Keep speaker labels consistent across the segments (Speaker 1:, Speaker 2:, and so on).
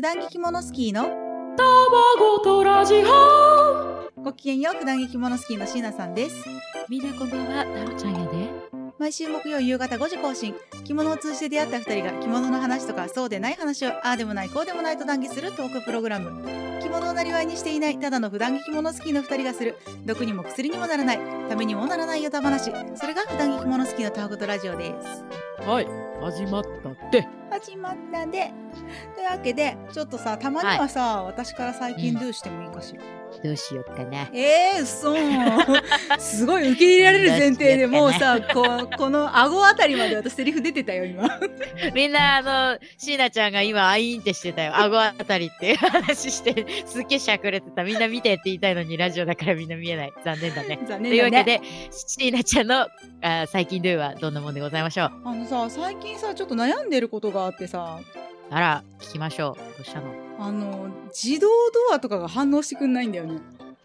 Speaker 1: 段劇モノスキーの
Speaker 2: 卵とラジオ
Speaker 1: ごきげんよう、普段劇モノスキーの椎名さんです。
Speaker 2: みんなこんばんは、タロちゃんやで。
Speaker 1: 毎週木曜夕方5時更新、着物を通じて出会った2人が着物の話とかそうでない話をああでもないこうでもないと談義するトークプログラム。着物をなりわいにしていないただの普段劇モノスキーの2人がする、毒にも薬にもならない、ためにもならないヨタ話、それが普段劇モノスキーのタワゴトラジオです。
Speaker 2: はい、始まったって。
Speaker 1: 始まったで。というわけで、ちょっとさ、たまにはさ、私から最近ドゥしてもいいかしら。
Speaker 3: どうしよっかな。
Speaker 1: ええー、そうすごい受け入れられる前提でもう さこうこの顎あたりまで私セリフ出てたよ今
Speaker 3: みんな、あの、椎名ちゃんが今、アイーンってしてたよ。顎あたりっていう話して、すっげえしゃくれてた。みんな見てって言いたいのに、ラジオだからみんな見えない。残念だね。
Speaker 1: 残
Speaker 3: と
Speaker 1: 念
Speaker 3: いう
Speaker 1: だ
Speaker 3: わけ
Speaker 1: ね
Speaker 3: で、椎名ちゃんのあー最近ドゥはどんなもんでございましょう
Speaker 1: あのさ最近さちょっと悩んでることがあってさ
Speaker 3: あら、聞きましょう。どうしたの
Speaker 1: あの自動ドアとかが反応してくんないんだよね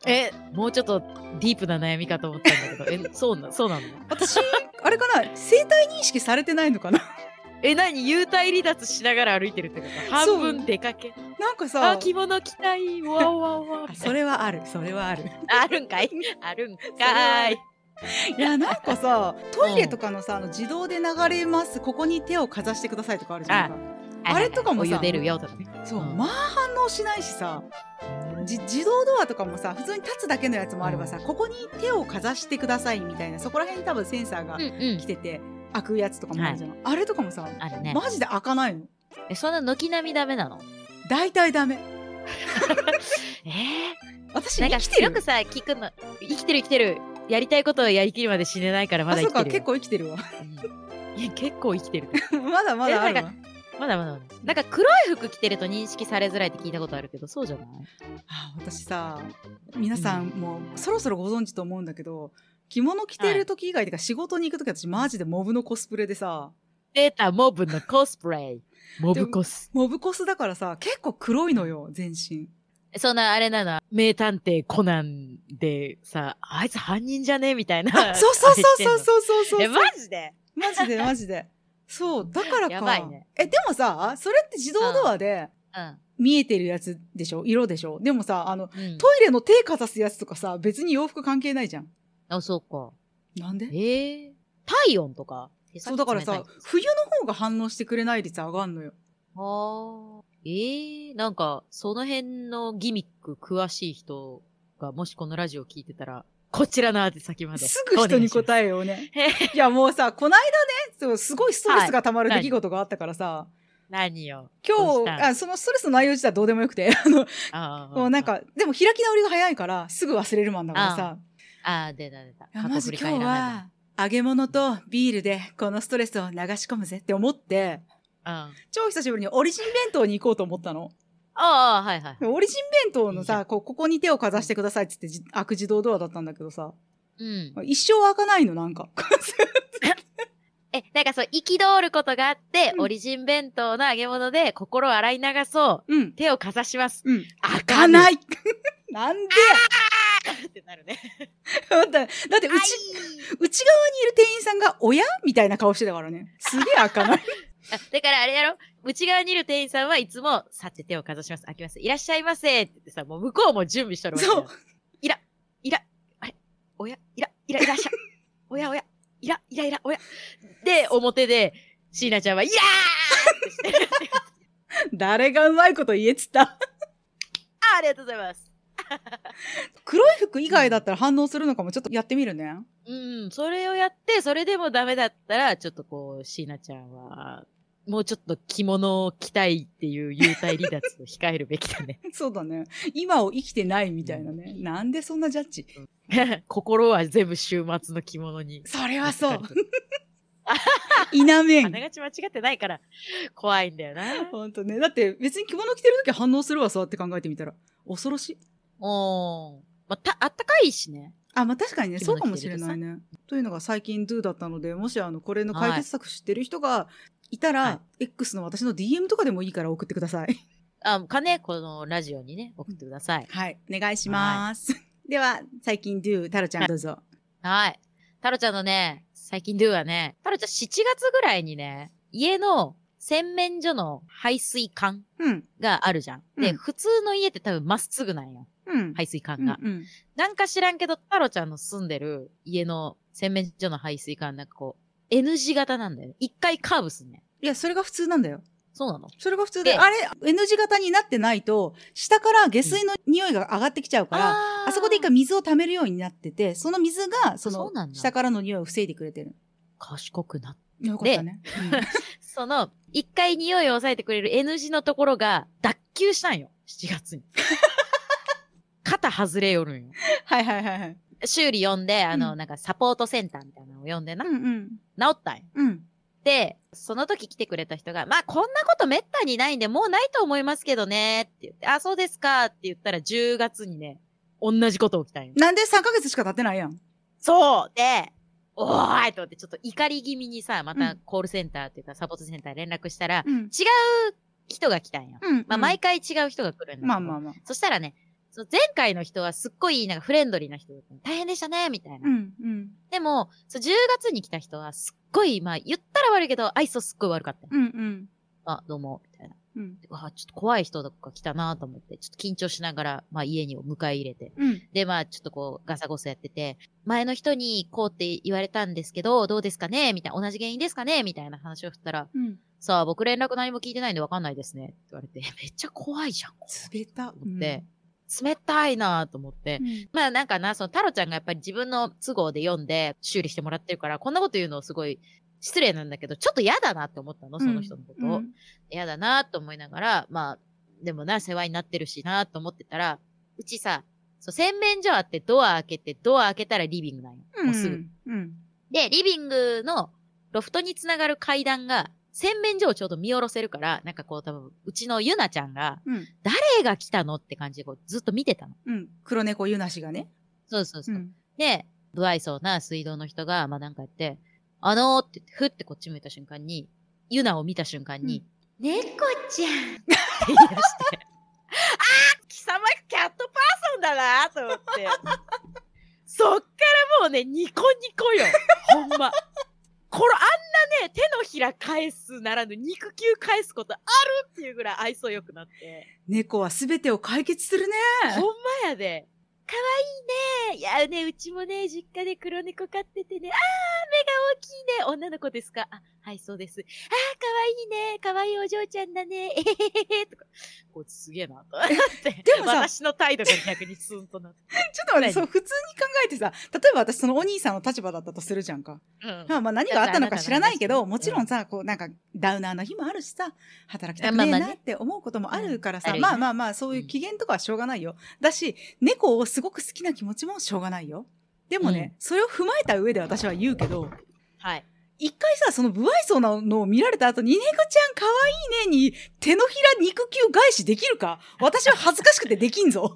Speaker 3: え、もうちょっとディープな悩みかと思ったんだけど、え、そうな、そうなの
Speaker 1: 私あれかな生体認識されてないのかな
Speaker 3: え、何幽体離脱しながら歩いてるってこと半分出かけ。
Speaker 1: なんかさ
Speaker 3: あ、着物着たい。わおわおわお
Speaker 1: あ。それはあるそれはある
Speaker 3: あるんかい あるんかい。
Speaker 1: いやなんかさトイレとかのさあの自動で流れますここに手をかざしてくださいとかあるじゃんあれとかもさ
Speaker 3: お湯出るよとかね。
Speaker 1: そう
Speaker 3: うん
Speaker 1: まあ反応しないしさじ自動ドアとかもさ普通に立つだけのやつもあればさ、ここに手をかざしてくださいみたいなそこら辺に多分センサーが
Speaker 3: うんうん
Speaker 1: 来。てて、開くやつとかもあるじゃん、あれとかもさ、
Speaker 3: あるね。
Speaker 1: マジで開かないの
Speaker 3: えそんな軒並みダメなの
Speaker 1: 大体ダメ
Speaker 3: え
Speaker 1: 私
Speaker 3: ー、なん
Speaker 1: 生
Speaker 3: か
Speaker 1: きて
Speaker 3: よ
Speaker 1: る
Speaker 3: くさ、聞くの、生きてる生きてる。やりたいことをやりきるまで死ねないからま
Speaker 1: あ
Speaker 3: だ
Speaker 1: そ
Speaker 3: 生
Speaker 1: う
Speaker 3: きて
Speaker 1: か結構
Speaker 3: るよ。
Speaker 1: 生きてるわ
Speaker 3: うんいや結構生きてる。
Speaker 1: まだまだある
Speaker 3: えな
Speaker 1: わ
Speaker 3: まだまだまだ。なんか黒い服着てると認識されづらいって聞いたことあるけど、そうじゃない
Speaker 1: あ私さ皆さんもうそろそろご存知と思うんだけど着物着てる時以外とか仕事に行く時私マジでモブのコスプレでさ
Speaker 3: データモブのコスプレイ。モブコス。
Speaker 1: モブコスだからさ結構黒いのよ全身
Speaker 3: そんなあれなの、名探偵コナンでさ、あいつ犯人じゃねみたいな。
Speaker 1: そうそうそう
Speaker 3: う。
Speaker 1: そうそうそうそう
Speaker 3: え、マジで
Speaker 1: マジでマジで。そう、だからか。
Speaker 3: やばいね
Speaker 1: え、でもさ、それって自動ドアで
Speaker 3: うん
Speaker 1: 見えてるやつでしょ色でしょでもさ、あの、
Speaker 3: うん。
Speaker 1: トイレの手かざすやつとかさ、別に洋服関係ないじゃん。
Speaker 3: あ、そうか。
Speaker 1: なんで
Speaker 3: ええ体温とか。
Speaker 1: そう、だからさ、冬の方が反応してくれない率上がんのよ。
Speaker 3: あーええなんか、その辺のギミック詳しい人が、もしこのラジオ聞いてたら、こちらの宛先まで。
Speaker 1: すぐ人に答えをね。いや、もうさ、こないだね、そうすごいストレスが溜まる出来事があったからさ、
Speaker 3: え。何よ。ど
Speaker 1: 今
Speaker 3: うし
Speaker 1: 日
Speaker 3: た
Speaker 1: あ、そのストレスの内容自体はどうでもよくて、あの、
Speaker 3: あー
Speaker 1: もうなん、か、でも開き直りが早いから、すぐ忘れるマンだからさ、
Speaker 3: あー出た出た。
Speaker 1: いや
Speaker 3: 過去
Speaker 1: まず
Speaker 3: 振り
Speaker 1: 今
Speaker 3: 返ら
Speaker 1: 日
Speaker 3: ない
Speaker 1: は揚げ物とビールでこのストレスを流し込むぜって思って
Speaker 3: わ。うん。
Speaker 1: 超久しぶりにオリジン弁当に行こうと思ったの。
Speaker 3: ああ、はいはい。
Speaker 1: でオリジン弁当の
Speaker 3: いいじゃ
Speaker 1: さ、こうここに手をかざしてくださいっつってじ開く自動ドアだったんだけどさ、
Speaker 3: うん。
Speaker 1: 一生開かないのなんか。
Speaker 3: え、なんかそう、憤ることがあって、
Speaker 1: うん
Speaker 3: オリジン弁当の揚げ物で心を洗い流そう。
Speaker 1: うん。
Speaker 3: 手をかざします。
Speaker 1: うん。
Speaker 3: 開
Speaker 1: 開かないい なんで
Speaker 3: ってなるね。
Speaker 1: だってだって
Speaker 3: あ
Speaker 1: うち、内側にいる店員さんが、おやみたいな顔してたからね。すげえ開か ない。
Speaker 3: あだからあれやろ内側にいる店員さんはいつも、さて手をかざします。開きます。いらっしゃいませって言ってさ、もう向こうも準備しとるわけだよ
Speaker 1: そう。
Speaker 3: いら、いら、あれおや、いら、いら、いらっしゃい。おやおや、いら、いら、いら、おや。で、表で、椎名ちゃんは、いやーってして、
Speaker 1: 誰がうまいこと言えっつった。
Speaker 3: あありがとうございます。
Speaker 1: 黒い服以外だったら反応するのかもちょっとやってみるね。
Speaker 3: うん、それをやって、それでもダメだったら、ちょっとこう、椎名ちゃんは、もうちょっと着物を着たいっていう幽体離脱を控えるべきだね。
Speaker 1: そうだね。今を生きてないみたいなね。
Speaker 3: うん
Speaker 1: なんでそんなジャッジ
Speaker 3: 心は全部週末の着物に。
Speaker 1: それはそう。
Speaker 3: あ
Speaker 1: 否め
Speaker 3: あ
Speaker 1: ん
Speaker 3: な。がち間違ってないから、怖いんだよな。
Speaker 1: ほんとね。だって別に着物着てるとき反応するわ、そうやって考えてみたら。恐ろしい。
Speaker 3: おー。まあ、た、あったかいしね。
Speaker 1: あ、まあ確かにね、
Speaker 3: 着
Speaker 1: そう
Speaker 3: 物
Speaker 1: かもしれないね。というのが最近 Do だったので、もしあの、これの解決策知ってる人がいたら、
Speaker 3: は
Speaker 1: X の私の DM とかでもいいから送ってください。
Speaker 3: あ、かね、このラジオにね、送ってください。
Speaker 1: はい。お願いします。では、最近 Do、タロちゃんどうぞ。
Speaker 3: はい。タロちゃんのね、最近 Do はね、タロちゃん7月ぐらいにね、家の洗面所の排水管
Speaker 1: うん。
Speaker 3: があるじゃん。で、
Speaker 1: うん
Speaker 3: 普通の家って多分まっすぐなんよ。
Speaker 1: うん。
Speaker 3: 排水
Speaker 1: う
Speaker 3: 管
Speaker 1: ん
Speaker 3: が。
Speaker 1: うん。
Speaker 3: なんか知らんけど、太郎ちゃんの住んでる家の洗面所の排水管なんかこう、N 字型なんだよね。一回カーブすんねん。
Speaker 1: いや、それが普通なんだよ。
Speaker 3: そうなの
Speaker 1: それが普通で、
Speaker 3: で
Speaker 1: あれ、N 字型になってないと、下から下水の匂いが上がってきちゃうから、
Speaker 3: あ
Speaker 1: あそこで一回水を溜めるようになってて、その水が、そ
Speaker 3: そうな
Speaker 1: の
Speaker 3: ん、だ
Speaker 1: 下からの匂いを防いでくれてる。
Speaker 3: 賢くなっ
Speaker 1: よかったね。
Speaker 3: その、一回匂いを抑えてくれる N 字のところが、脱臼したんよ。7月 に。肩外れよるん
Speaker 1: う
Speaker 3: よ。
Speaker 1: ん はいはいはいはい。
Speaker 3: 修理呼んで、あの、
Speaker 1: うん
Speaker 3: なんかサポートセンターみたいなのを呼んでな。
Speaker 1: うんうん。
Speaker 3: 治ったんよ。
Speaker 1: うん。
Speaker 3: で、その時来てくれた人が、まあこんなことめったにないんで、もうないと思いますけどね、って言って、あ、そうですか、って言ったら10月にね、同じこと起きたんよ。
Speaker 1: なんで3ヶ月しか経ってないやん。
Speaker 3: そうで、おーいと思って、ちょっと怒り気味にさ、ま
Speaker 1: う
Speaker 3: た
Speaker 1: ん
Speaker 3: コールセンターっていうかサポートセンター連絡したら、
Speaker 1: うん。
Speaker 3: 人が来たんよ。
Speaker 1: うん。
Speaker 3: まあ毎回違う人が来るんだけど。
Speaker 1: まあまあまあ。
Speaker 3: そしたらね、その前回の人はすっごいなんかフレンドリーな人だったの大変でしたね、みたいな。
Speaker 1: うんうん。
Speaker 3: でも、そう10月に来た人はすっごい、まあ言ったら悪いけど、愛想すっごい悪かったよ。
Speaker 1: うんうん。
Speaker 3: あ、どうも、みたいな。
Speaker 1: うん。
Speaker 3: うわちょっと怖い人とか来たなと思って、ちょっと緊張しながら、まあ家にを迎え入れて。
Speaker 1: うん。
Speaker 3: で、まあちょっとこうガサゴサやってて、前の人にこうって言われたんですけど、どうですかねみたいな、同じ原因ですかねみたいな話を振ったら、
Speaker 1: うん。
Speaker 3: さあ僕連絡何も聞いてないんでわかんないですね。って言われて、 めっちゃ怖いじゃん。
Speaker 1: 冷た。うん
Speaker 3: で、冷たいなと思って。まあなんかな、その太郎ちゃんがやっぱり自分の都合で読んで修理してもらってるから、こんなこと言うのすごい失礼なんだけど、ちょっと嫌だなって思ったの、その人のことを。
Speaker 1: うん
Speaker 3: 嫌だなと思いながら、まあ、でもな、世話になってるしなと思ってたら、うちさ、そう、洗面所あってドア開けて、ドア開けたらリビングなんよ。もうすぐ。。
Speaker 1: うん。
Speaker 3: で、リビングのロフトにつながる階段が、洗面所をちょうど見下ろせるから、なんかこう多分、うちのゆなちゃんが、
Speaker 1: うん。
Speaker 3: 誰が来たのって感じでこうずっと見てたの。
Speaker 1: うん。黒猫ゆなしがね。
Speaker 3: そうそうそう。
Speaker 1: ん。
Speaker 3: で、不愛想な水道の人が、まあなんかやって、あのーって言って、ふってこっち向いた瞬間に、ユナを見た瞬間に、猫ちゃんって言い 出して、あー貴様キャットパーソンだなと思 って。そっからもうね、ニコニコよ。ほんま。これあんなね、手のひら返すならぬ肉球返すことあるっていうぐらい愛想良くなって。
Speaker 1: 猫はすべてを解決するね。
Speaker 3: ほんまやで。かわいいね。いやね、うちもね、実家で黒猫飼っててね。あー、目が大きいね。女の子ですかあ、はい、そうです。あー、かわいいね。かわいいお嬢ちゃんだね。えへへへへ。とか。こいつすげえな、と思って。
Speaker 1: でもさ
Speaker 3: 私の態度が逆にスンとなって。
Speaker 1: ちょっと待って、そう、普通に考えてさ、例えば私そのお兄さんの立場だったとするじゃんか。
Speaker 3: うん
Speaker 1: まあまあ何があったのか知らないけ
Speaker 3: だ
Speaker 1: ど、
Speaker 3: からあな
Speaker 1: も
Speaker 3: た
Speaker 1: ち
Speaker 3: の話
Speaker 1: ろんさ、こうなんかダウナーの日もあるしさ、働きたく
Speaker 3: まあ
Speaker 1: ねえ
Speaker 3: まあね
Speaker 1: なって思うこともあるからさ、
Speaker 3: うん
Speaker 1: まあまあまあそういう機嫌とかはしょうがないよ。だし、猫をすごく好きな気持ちもしょうがないよ。でもね、それを踏まえた上で私は言うけど、
Speaker 3: はい。
Speaker 1: 一回さ、その不愛想なのを見られた後に、猫ちゃん可愛いねに手のひら肉球返しできるか私は恥ずかしくてできんぞ。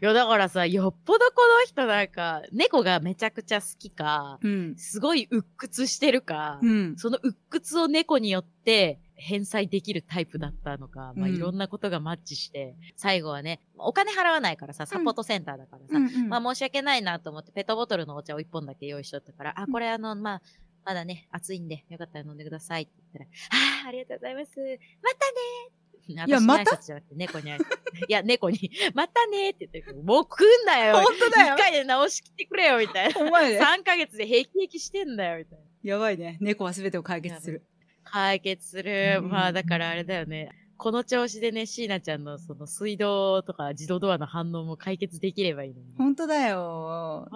Speaker 3: いや、だからさ、よっぽどこの人なんか、猫がめちゃくちゃ好きか、
Speaker 1: うん。
Speaker 3: すごい鬱屈してるか、
Speaker 1: うん。
Speaker 3: その鬱屈を猫によって返済できるタイプだったのか、まあ、
Speaker 1: うん
Speaker 3: いろんなことがマッチして、最後はね、お金払わないからさ、サポートセンターだからさ、
Speaker 1: うん
Speaker 3: まあ申し訳ないなと思ってペットボトルのお茶を一本だけ用意しとったから、あ、これあの、まあ、まだね、暑いんで、よかったら飲んでくださいって言ったら、ああ、ありがとうございます。またね
Speaker 1: いやまた
Speaker 3: 私に挨拶じゃなくて猫に挨拶いや、猫に、またねって言ってるけど、もう来んなよ
Speaker 1: 本当だよ
Speaker 3: 一。回で直しきってくれよみたいな。
Speaker 1: お前ね。
Speaker 3: 3ヶ月で平気平気してんだよみたいな。
Speaker 1: やばいね。猫は全てを解決する。
Speaker 3: 解決する。
Speaker 1: うん
Speaker 3: まあ、だからあれだよね。この調子でね、椎名ちゃんのその水道とか自動ドアの反応も解決できればいいのに。
Speaker 1: 本当だよ。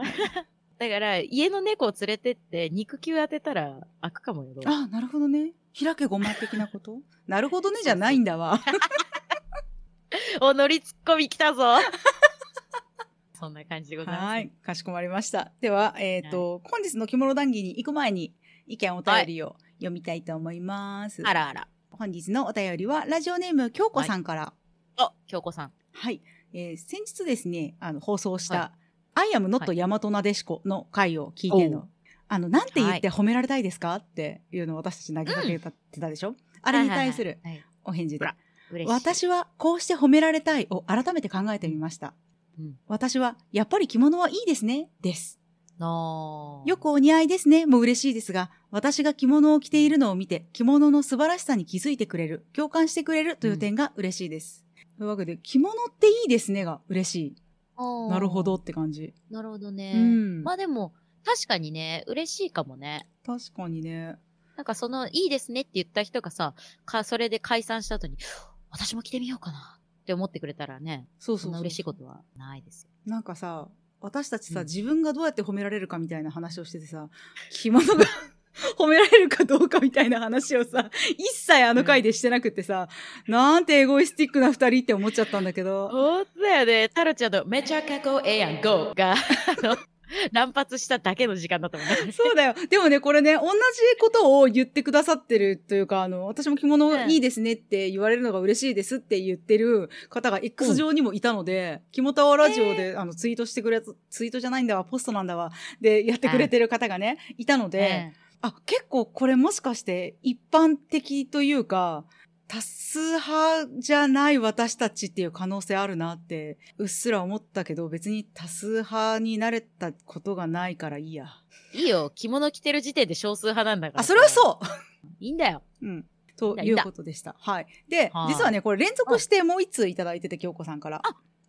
Speaker 3: だから、家の猫を連れてって、肉球当てたら開くかもよ。
Speaker 1: あ、なるほどね。開けごま的なこと なるほどねじゃないんだわ。
Speaker 3: お、乗りツッコミ来たぞ。 そんな感じでございます。
Speaker 1: はい。かしこまりました。では、えっ、と、本日の着物談義に行く前に意見お便りを読みたいと思います。
Speaker 3: あらあら。
Speaker 1: 本日のお便りは、ラジオネーム京子さんから。はい。
Speaker 3: あ、京子さん。
Speaker 1: えー先日ですね、あの、放送した、
Speaker 3: は
Speaker 1: アイアムノットヤマトナデシコの回を聞いての、
Speaker 3: お
Speaker 1: あの、なんて言って褒められたいですか、っていうのを私たち投げかけた,、てたでしょあれに対する
Speaker 3: はいはいはい。
Speaker 1: お返事で
Speaker 3: ほら。嬉しい。
Speaker 1: 私はこうして褒められたいを改めて考えてみました。
Speaker 3: うん
Speaker 1: 私はやっぱり着物はいいですねです。
Speaker 3: あー
Speaker 1: よくお似合いですねも嬉しいですが、私が着物を着ているのを見て、着物の素晴らしさに気づいてくれる、共感してくれるという点が嬉しいです。というわけで、着物っていいですねが嬉しい。
Speaker 3: あー
Speaker 1: なるほどって感じ。
Speaker 3: なるほどね、
Speaker 1: うん
Speaker 3: まあでも確かにね嬉しいかもね
Speaker 1: 確かにね。
Speaker 3: なんかそのいいですねって言った人がさかそれで解散した後に私も着てみようかなって思ってくれたらね
Speaker 1: そう
Speaker 3: そ
Speaker 1: そう
Speaker 3: んな
Speaker 1: そう
Speaker 3: 嬉しいことはないですよ
Speaker 1: なんかさ、私たちさ、
Speaker 3: うん
Speaker 1: 自分がどうやって褒められるかみたいな話をしててさ、着物が 褒められるかどうかみたいな話をさ、一切あの回でしてなくってさ、なんてエゴイスティックな二人って思っちゃったんだけど、
Speaker 3: 本当だよね。タロちゃんのめちゃかっこええやん、GO! が、あの、乱発しただけの時間だと思う。
Speaker 1: そう だよ。でもね、これね、同じことを言ってくださってるというか、あの、私も着物
Speaker 3: うん
Speaker 1: いいですねって言われるのが嬉しいですって言ってる方が X 上にもいたので、キモタワラジオで、あのツイートしてくれ、ツイートじゃないんだわ、ポストなんだわ、でやってくれてる方がね、いたので、
Speaker 3: で、
Speaker 1: あ、結構これもしかして一般的というか、多数派じゃない私たちっていう可能性あるなって、うっすら思ったけど、別に多数派になれたことがないからいいや。
Speaker 3: いいよ、着物着てる時点で少数派なんだから。
Speaker 1: あ、それは
Speaker 3: う
Speaker 1: そ
Speaker 3: いいんだよ。
Speaker 1: ううん。ということでした。はい。で、
Speaker 3: はい
Speaker 1: 実はね、これ連続してもう一通いただいてて、京子さんから。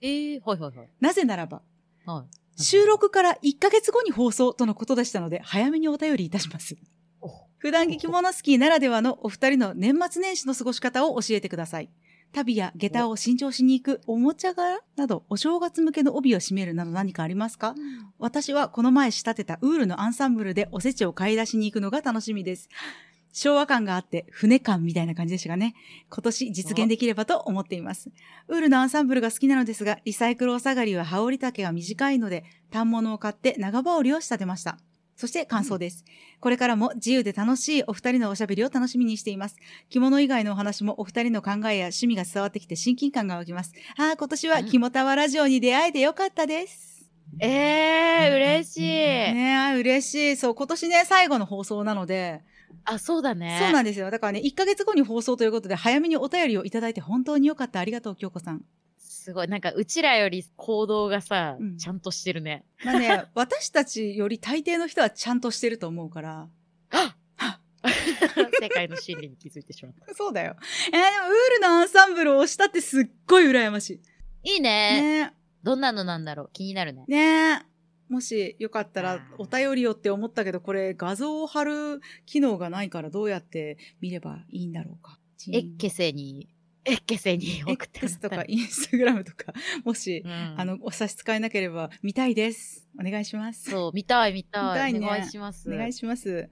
Speaker 3: ええはいはいはい。
Speaker 1: なぜならば、
Speaker 3: はい、
Speaker 1: 収録から1ヶ月後に放送とのことでしたので、早めにお便りいたします。
Speaker 3: お
Speaker 1: 普段着着物スキーならではのお二人の年末年始の過ごし方を教えてください。旅や下駄を新調しに行く、おもちゃ柄など、お正月向けの帯を締めるなど何かありますか私はこの前仕立てたウールのアンサンブルでおせちを買い出しに行くのが楽しみです。昭和感があって、船感みたいな感じでしたがね。今年実現できればと思っています。ウールのアンサンブルが好きなのですが、リサイクルお下がりは羽織丈が短いので、反物を買って長羽織を仕立てました。そして感想です。これからも自由で楽しいお二人のおしゃべりを楽しみにしています。着物以外のお話もお二人の考えや趣味が伝わってきて親近感が湧きます。ああ、今年は肝タワラジオに出会えてよかったです。
Speaker 3: ええ嬉しい、
Speaker 1: ねえ、嬉しい。そう、今年ね、最後の放送なので、
Speaker 3: あ、そうだね。
Speaker 1: そうなん
Speaker 3: ん
Speaker 1: ですよ。だからね、1ヶ月後に放送ということで、早めにお便りをいただいて本当によかった。ありがとう、京子さん。
Speaker 3: すごい。なんか、うちらより行動がさ、
Speaker 1: うん
Speaker 3: ちゃんとしてる ね。
Speaker 1: まあね、私たちより大抵の人はちゃんとしてると思うから。
Speaker 3: 世界の真理に気づいてしまった。
Speaker 1: そうだよ。えーでも、ウールのアンサンブルをしたってすっごい羨まし
Speaker 3: いい
Speaker 1: い。
Speaker 3: ね
Speaker 1: ね
Speaker 3: どんなのなんだろう気になるね
Speaker 1: え、。ねえ。もしよかった
Speaker 3: あ
Speaker 1: ら
Speaker 3: ー
Speaker 1: お便りをって思ったけど、これ画像を貼る機能がないからどうやって見ればいいんだろうか。
Speaker 3: エッケセに、エッケセに送ってもらっ
Speaker 1: X
Speaker 3: た
Speaker 1: と
Speaker 3: ら
Speaker 1: かインスタグラムとか、もし
Speaker 3: うん
Speaker 1: あの、お差し支えなければ、見たいです。お願いします。
Speaker 3: そう、見たい見たい。
Speaker 1: 見たいね
Speaker 3: お願いします。
Speaker 1: お願いします。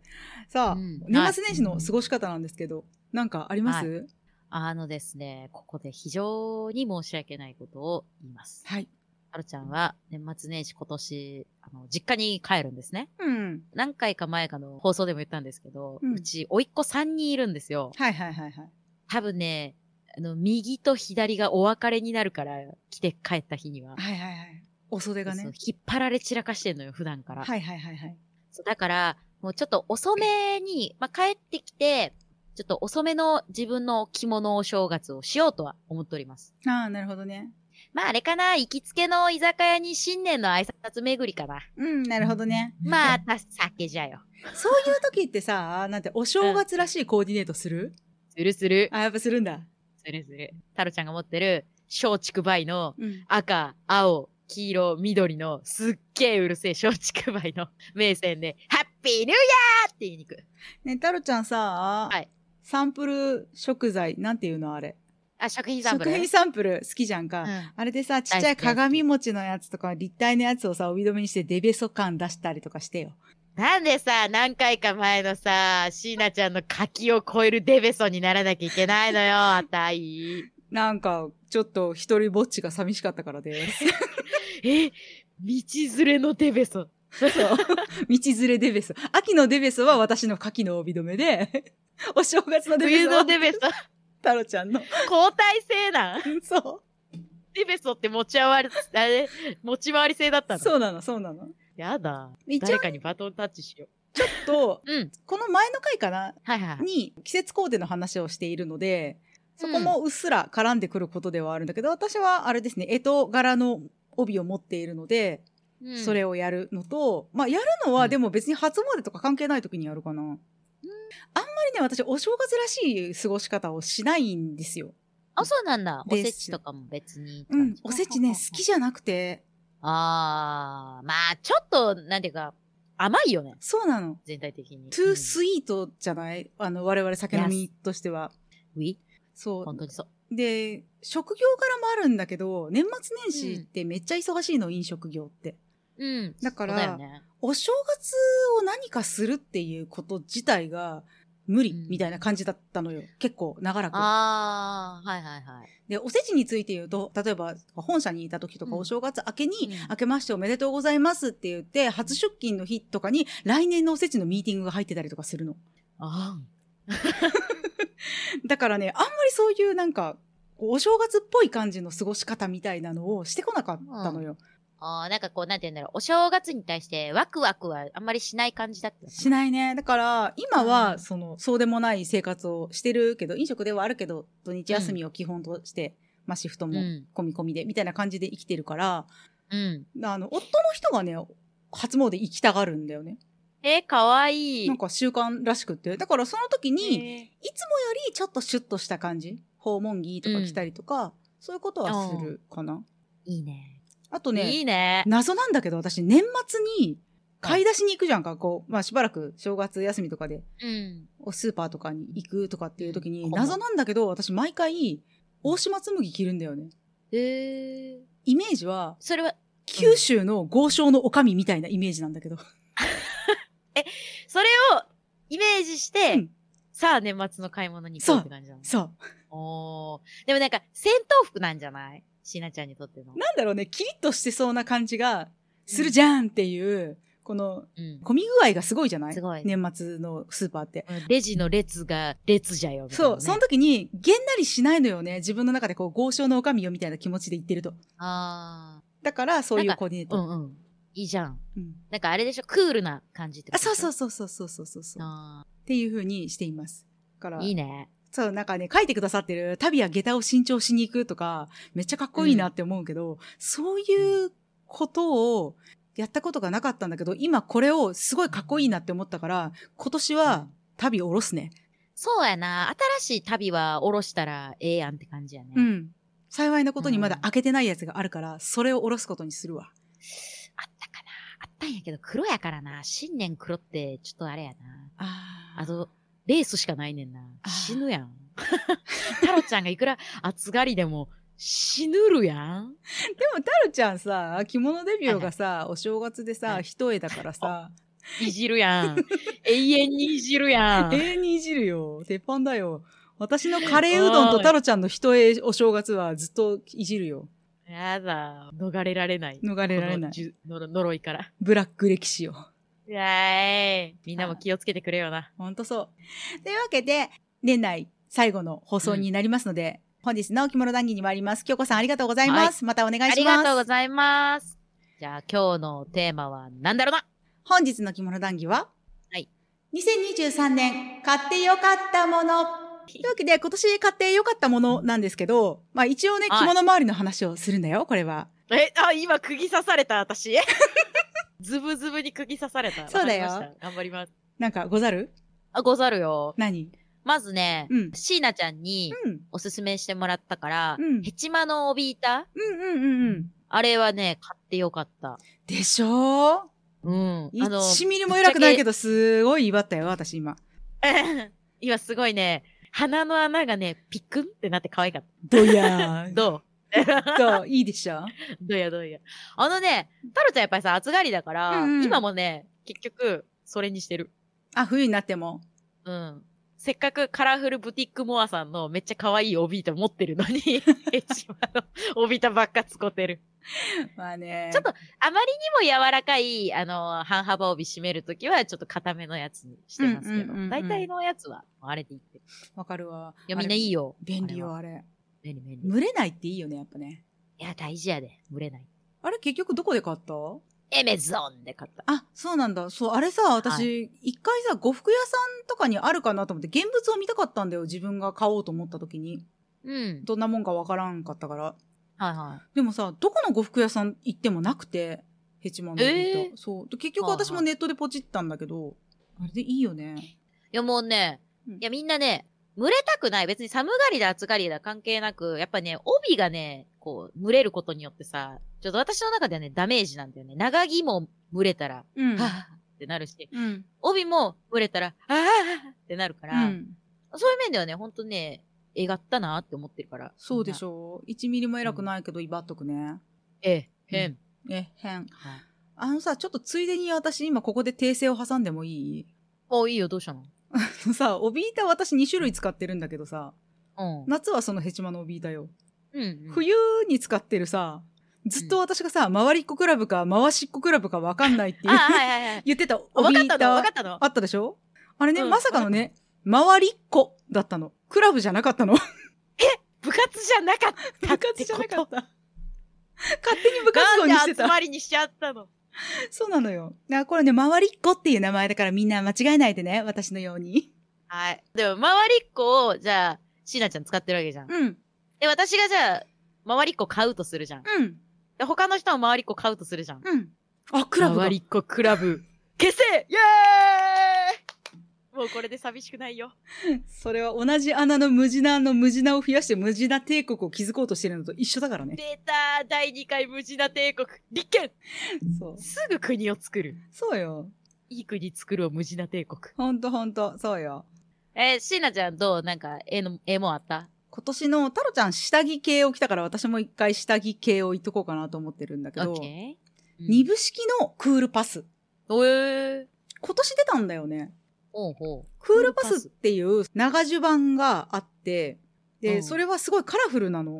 Speaker 1: さあ、
Speaker 3: うん
Speaker 1: 年末年始の過ごし方なんですけど、なんかありますはい。
Speaker 3: あのですね、ここで非常に申し訳ないことを言います。はるちゃんは年末年始今年、あの、実家に帰るんですね。
Speaker 1: うん。
Speaker 3: 何回か前かの放送でも言ったんですけど、
Speaker 1: う
Speaker 3: うんち、甥っ子3人いるんですよ。
Speaker 1: はいはいはいはい。
Speaker 3: 多分ね、あの、右と左がお別れになるから、来て帰った日には。
Speaker 1: はいはいはい。お袖が
Speaker 3: そ
Speaker 1: ね
Speaker 3: う。引っ張られ散らかしてんのよ、普段から。
Speaker 1: はいはいはいはい。
Speaker 3: そうだから、もうちょっと遅めに、まあ、帰ってきて、ちょっと遅めの自分の着物お正月をしようとは思っております。
Speaker 1: ああ、なるほどね。
Speaker 3: まあ、あれかな、行きつけの居酒屋に新年の挨拶巡りかな。
Speaker 1: うん、なるほどね。
Speaker 3: まあ、た酒じゃよ。
Speaker 1: そういう時ってさ、なんてお正月らしいコーディネートする、
Speaker 3: するする。
Speaker 1: あ、やっぱするんだ。
Speaker 3: するする。タロちゃんが持ってる、松竹梅の
Speaker 1: うん。
Speaker 3: 赤、青、黄色、緑の、すっげえうるせえ松竹梅の 名線で、ハッピーニューイヤーって言いに行く。
Speaker 1: ね、太郎ちゃんさ、
Speaker 3: はい
Speaker 1: サンプル食材、なんていうのあれ。
Speaker 3: あ、食品サンプル。
Speaker 1: 食品サンプル好きじゃんか。
Speaker 3: うん
Speaker 1: あれでさ、ちっちゃい鏡餅のやつとか、立体のやつをさ、帯留めにしてデベソ感出したりとかしてよ。
Speaker 3: なんでさ、何回か前のさ、椎名ちゃんの柿を超えるデベソにならなきゃいけないのよ、あたい。
Speaker 1: なんか、ちょっと一人ぼっちが寂しかったから です。
Speaker 3: え道連れのデベソ。
Speaker 1: そう。道連れデベソ。秋のデベソは私の牡蠣の帯留めで、 お正月のデベ
Speaker 3: 冬
Speaker 1: ソは
Speaker 3: のデ ベソ。
Speaker 1: 太郎ちゃんの。
Speaker 3: 交代制なん
Speaker 1: そ
Speaker 3: デベソって持ち回り、あれ、持ち回り制だった
Speaker 1: う。
Speaker 3: の
Speaker 1: そうなの、そうなの。
Speaker 3: やだ。
Speaker 1: 一応
Speaker 3: 誰かにバトンタッチしよ
Speaker 1: と、
Speaker 3: う。うん。
Speaker 1: この前の回かな
Speaker 3: はいはいはい。
Speaker 1: に季節コーデの話をしているので、そこもうっすら絡んでくることではあるんだけど、私はあれですね、干支柄の帯を持っているので、
Speaker 3: うん
Speaker 1: それをやるのと、まあやるのは
Speaker 3: うん
Speaker 1: でも別に初詣とか関係ない時にやるかな、あんまりね私お正月らしい過ごし方をしないんですよ、
Speaker 3: あ、そうなんだ。お
Speaker 1: です
Speaker 3: せちとかも別に。
Speaker 1: うん、おせちね好きじゃなくて
Speaker 3: あー、まあ、ちょっと、なんていうか、甘いよね。
Speaker 1: そうなの
Speaker 3: 全体的に。
Speaker 1: トゥースイートじゃないあの我々酒飲みとしては
Speaker 3: うん。うい
Speaker 1: そう
Speaker 3: 本当にそう。
Speaker 1: で職業柄もあるんだけど年末年始ってめっちゃ忙しいの、飲食業って
Speaker 3: うん。
Speaker 1: だから
Speaker 3: そうだよね。
Speaker 1: お正月を何かするっていうこと自体が無理
Speaker 3: うん
Speaker 1: みたいな感じだったのよ、結構長らく
Speaker 3: あー、はいはいはい。
Speaker 1: でおせちについて言うと例えば本社にいた時とか、
Speaker 3: うん
Speaker 1: お正月明けに、
Speaker 3: うん
Speaker 1: 明けましておめでとうございます」って言って初出勤の日とかに来年のおせちのミーティングが入ってたりとかするの
Speaker 3: あ
Speaker 1: だからねあんまりそういうなんかこうお正月っぽい感じの過ごし方みたいなのをしてこなかったのよ、
Speaker 3: あー、なんかこう、なんて言うんだろう。お正月に対してワクワクはあんまりしない感じだった。
Speaker 1: しないね。だから、今
Speaker 3: う
Speaker 1: は、
Speaker 3: ん
Speaker 1: その、そうでもない生活をしてるけど、飲食ではあるけど、土日休みを基本として、まあ、シフト
Speaker 3: う
Speaker 1: も
Speaker 3: ん。
Speaker 1: 込み込みで、みたいな感じで生きてるから、
Speaker 3: うん。
Speaker 1: あの、夫の人がね、初詣行きたがるんだよね。
Speaker 3: えー、かわいい。
Speaker 1: なんか習慣らしくって。だからその時に、いつもよ
Speaker 3: えー
Speaker 1: りちょっとシュッとした感じ、訪問着とか着たりとか、そういうことはするかな。
Speaker 3: いいね。
Speaker 1: あとね、
Speaker 3: いいね。
Speaker 1: 謎なんだけど、私年末に買い出しに行くじゃんか、こう、まあしばらく正月休みとかで
Speaker 3: うん。
Speaker 1: おスーパーとかに行くとかっていう時
Speaker 3: う
Speaker 1: に
Speaker 3: ん
Speaker 1: 謎なんだけど私毎回大島紬着るんだよね
Speaker 3: えー、
Speaker 1: イメージは
Speaker 3: それは、
Speaker 1: 九州の豪商のおかみみたいなイメージなんだけど
Speaker 3: それをイメージして、
Speaker 1: うん
Speaker 3: さあ年末の買い物に行こうって感じなの。
Speaker 1: そ
Speaker 3: おーでもなんか、戦闘服なんじゃないしなちゃんにとっての
Speaker 1: う。なんだろうねキリッとしてそうな感じがするじゃんっていうこの
Speaker 3: うん。
Speaker 1: 混み具合がすごいじゃない
Speaker 3: すごい
Speaker 1: 年末のスーパーって
Speaker 3: レジの列が列じゃよみたいな
Speaker 1: そ
Speaker 3: ね、
Speaker 1: うその時にげんなりしないのよね自分の中でこう豪商のおかみよみたいな気持ちで言ってると
Speaker 3: あ
Speaker 1: だからそうい
Speaker 3: な
Speaker 1: うん
Speaker 3: か
Speaker 1: コーディネー
Speaker 3: ー。う
Speaker 1: ト、
Speaker 3: んうん。いいじゃん。
Speaker 1: うん
Speaker 3: なんかあれでしょクールな感じってこ
Speaker 1: あ
Speaker 3: と
Speaker 1: そうそううそうそうそうそうそうそうっ
Speaker 3: あ
Speaker 1: ていう風にしていますだから
Speaker 3: ーいいね。
Speaker 1: そう、なんかね、書いてくださってる、旅や下駄を新調しに行くとか、めっちゃかっこいいなって思うけど、そういうことをやったことがなかったんだけど、今これをすごいかっこいいなって思ったから、今年は旅を下ろすね。
Speaker 3: そうやな。新しい旅はおろしたらええやんって感じやね。
Speaker 1: うん。幸いなことにまだ
Speaker 3: うん
Speaker 1: 開けてないやつがあるから、それを下ろすことにするわ。
Speaker 3: あったかな。あったんやけど黒やからな。新年黒ってちょっとあれやな。
Speaker 1: あ
Speaker 3: あと、レースしかないねんな。
Speaker 1: あー
Speaker 3: 死ぬやん。タロちゃんがいくら暑がりでも死ぬるやん。
Speaker 1: でも、タルちゃんさ、着物デビューがさ、お正月で
Speaker 3: は
Speaker 1: さ、
Speaker 3: い
Speaker 1: 一重だからさ、
Speaker 3: いじるやん。 永遠にいじるやん。
Speaker 1: 永遠にいじるよ。鉄板だよ。私のカレーうどんと太郎ちゃんの一重お正月はずっといじるよ。
Speaker 3: やだ。逃れられない。
Speaker 1: 逃れられな
Speaker 3: この
Speaker 1: い。
Speaker 3: じゅのろ呪いから。
Speaker 1: ブラック歴史を。
Speaker 3: うわい。みんなも気をつけてくれよな。
Speaker 1: ほんとそう。というわけで、年内最後の放送になりますので、本日の着物談義に参ります。京子さんありがとうございます。またお願いします。
Speaker 3: ありがとうございます。じゃあ今日のテーマは何だろうな
Speaker 1: 本日の着物談義は
Speaker 3: はい。
Speaker 1: 2023年、買ってよかったもの。というわけで、今年買ってよかったものなんですけど、まあ一応ね、
Speaker 3: はい
Speaker 1: 着物周りの話をするんだよ、これは。
Speaker 3: え、あ、今釘刺された私。ズブズブに釘刺された。
Speaker 1: そうだよ
Speaker 3: わかりました頑張ります。
Speaker 1: なんかござる
Speaker 3: あ、ござるよ。
Speaker 1: 何
Speaker 3: まずね、
Speaker 1: うん
Speaker 3: 椎名ちゃんに
Speaker 1: うん。
Speaker 3: おすすめしてもらったから、
Speaker 1: うん
Speaker 3: ヘチマの帯板
Speaker 1: うんうんうんうん。
Speaker 3: あれはね、買ってよかった。
Speaker 1: でしょ
Speaker 3: うん。あの、
Speaker 1: ?1 ミリも偉くないけど、すごい威張ったよ、私今。
Speaker 3: 今すごいね、鼻の穴がね、ピクンってなって可愛かっ
Speaker 1: どや
Speaker 3: た。
Speaker 1: ー。
Speaker 3: ど
Speaker 1: どういいでしょ
Speaker 3: うどうやどうや。あのね、タロちゃんやっぱりさ、暑がりだから、
Speaker 1: うんうん
Speaker 3: 今もね、結局、それにし てる。
Speaker 1: あ、冬になっても。
Speaker 3: うん。せっかくカラフルブティックモアさんのめっちゃ可愛い帯板持ってるのに、 ヘチマの帯板ばっか使ってる。
Speaker 1: まあね。
Speaker 3: ちょっと、あまりにも柔らかい、あの、半幅帯締めるときは、ちょっと固めのやつにしてますけ
Speaker 1: うんうん
Speaker 3: ど
Speaker 1: うんうん、
Speaker 3: 大体のやつは、あれでいいって。い
Speaker 1: わかるわ。
Speaker 3: や、みんないい
Speaker 1: よ。
Speaker 3: よ。
Speaker 1: 便利
Speaker 3: あ
Speaker 1: よ、あれ。
Speaker 3: れは。便利便利。
Speaker 1: 蒸れないっていいよね、やっぱね。
Speaker 3: いや、大事やで。蒸れない。
Speaker 1: あれ、結局どこで買った
Speaker 3: エメゾンで買った。
Speaker 1: あ、そうなんだ。そう、あれさ、私、一回さ、呉服屋さんとかにあるかなと思って、現物を見たかったんだよ、自分が買おうと思った時に。
Speaker 3: うん。
Speaker 1: どんなもんかわからんかったから。
Speaker 3: はいは
Speaker 1: でもさ、どこの呉服屋さん行ってもなくて、ヘチマのギター、
Speaker 3: え
Speaker 1: そうで結局
Speaker 3: はいはい
Speaker 1: 私もネットでポチったんだけどあれでいいよね
Speaker 3: いやもうね、
Speaker 1: うん
Speaker 3: いやみんなね、群れたくない。別に寒がりだ、暑がりだ、関係なく、やっぱね、帯がね、こう、群れることによってさ、ちょっと私の中ではね、ダメージなんだよね。長着も群れたら、
Speaker 1: うん
Speaker 3: はぁってなる し、
Speaker 1: うん
Speaker 3: 帯も群れたら、ああってなるか
Speaker 1: う
Speaker 3: ら、
Speaker 1: ん
Speaker 3: そういう面ではね、ほんとね、えがったなって思ってるから。
Speaker 1: そうでし
Speaker 3: ょ。
Speaker 1: ょう1ミリも偉くないけど威張っとくね
Speaker 3: ええ、へん。
Speaker 1: え変
Speaker 3: はい
Speaker 1: あのさちょっとついでに私今ここで訂正を挟んでもいい
Speaker 3: お、いいよ、どうしたの
Speaker 1: さ帯板私2種類使ってるんだけどさ
Speaker 3: うん。
Speaker 1: 夏はそのヘチマの帯板よ
Speaker 3: うんうん、
Speaker 1: 冬に使ってるさずっと私がさ、回りっこクラブか回しっこクラブか分かんないって
Speaker 3: あ
Speaker 1: いう
Speaker 3: はいはいはい。
Speaker 1: 言ってた
Speaker 3: あわ
Speaker 1: 帯
Speaker 3: かった
Speaker 1: 板
Speaker 3: のわかったの
Speaker 1: あったでしょあれね、
Speaker 3: うん
Speaker 1: まさかのね、回りっこだったの。クラブじゃなかったの。
Speaker 3: 部活じゃなかっ
Speaker 1: 部
Speaker 3: たってこと。
Speaker 1: 活じゃなかった。勝手に部活動に
Speaker 3: な
Speaker 1: し
Speaker 3: んで
Speaker 1: て
Speaker 3: 集
Speaker 1: た。
Speaker 3: まりにしちゃったの
Speaker 1: そうなのよ。あこれね、回りっこっていう名前だからみんな間違えないでね、私のように。
Speaker 3: はい。でも、周りっ子を、じゃあ、しなちゃん使ってるわけじゃん。
Speaker 1: うん、
Speaker 3: で、私がじゃあ、周りっ子買うとするじゃん。
Speaker 1: うん、
Speaker 3: で、他の人も周りっ子買うとするじゃん。
Speaker 1: うん。あ、クラブだ。
Speaker 2: っ子クラブ。
Speaker 3: 消せイエーイもうこれで寂しくないよ。
Speaker 1: それは同じ穴の無地なの無地なを増やして無地な帝国を築こうとしてるのと一緒だからね。
Speaker 3: 出た第2回無事な帝国立憲
Speaker 1: そう。
Speaker 3: すぐ国を作る。
Speaker 1: そうよ。
Speaker 3: いい国作ろう無事な帝国。
Speaker 1: ほんとほんと、そうよ。
Speaker 3: えー、しなちゃんどうなんか、絵の、絵もあった
Speaker 1: 今年の太郎ちゃん下着系を着たから私も一回下着系をいっとこうかなと思ってるんだけ
Speaker 3: オ
Speaker 1: ど
Speaker 3: ッ、ケー
Speaker 1: 二部式のクールパス。
Speaker 3: うんえー。
Speaker 1: 今年出たんだよね。
Speaker 3: ほうほ
Speaker 1: クールパスっていう長襦袢があって、で、
Speaker 3: うん
Speaker 1: それはすごいカラフルなの。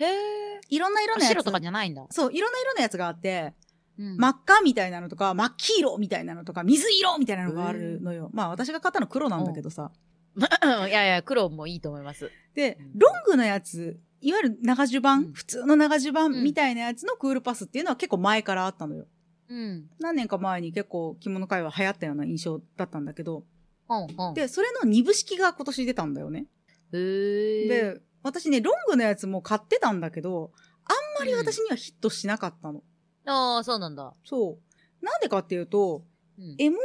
Speaker 3: う。へえ。
Speaker 1: いろんな色
Speaker 3: あ
Speaker 1: のや
Speaker 3: 白
Speaker 1: つ
Speaker 3: と。かじゃないんだ。
Speaker 1: そう、いろんな色のやつがあって、
Speaker 3: うん
Speaker 1: 真っ赤みたいなのとか、真っ黄色みたいなのとか、水色みたいなのがあるのよ。まあ私が買ったの黒なんだけどさ。
Speaker 3: いやいや、黒もいいと思います。
Speaker 1: で
Speaker 3: うん、
Speaker 1: ロングのやつ、いわゆる長襦袢、
Speaker 3: うん
Speaker 1: 普通の長襦
Speaker 3: う
Speaker 1: 袢
Speaker 3: ん
Speaker 1: みたいなやつのクールパスっていうのは結構前からあったのよ。
Speaker 3: うん。
Speaker 1: 何年か前に結構着物界は流行ったような印象だったんだけど、
Speaker 3: ほんほん。
Speaker 1: で、それの二部式が今年出たんだよね。
Speaker 3: へー、
Speaker 1: で、私ね、ロングのやつも買ってたんだけど、あんまり私にはヒットしなかったの。
Speaker 3: ああ、そうなんだ。
Speaker 1: そう。なんでかっていうと、
Speaker 3: うん
Speaker 1: え。こうね、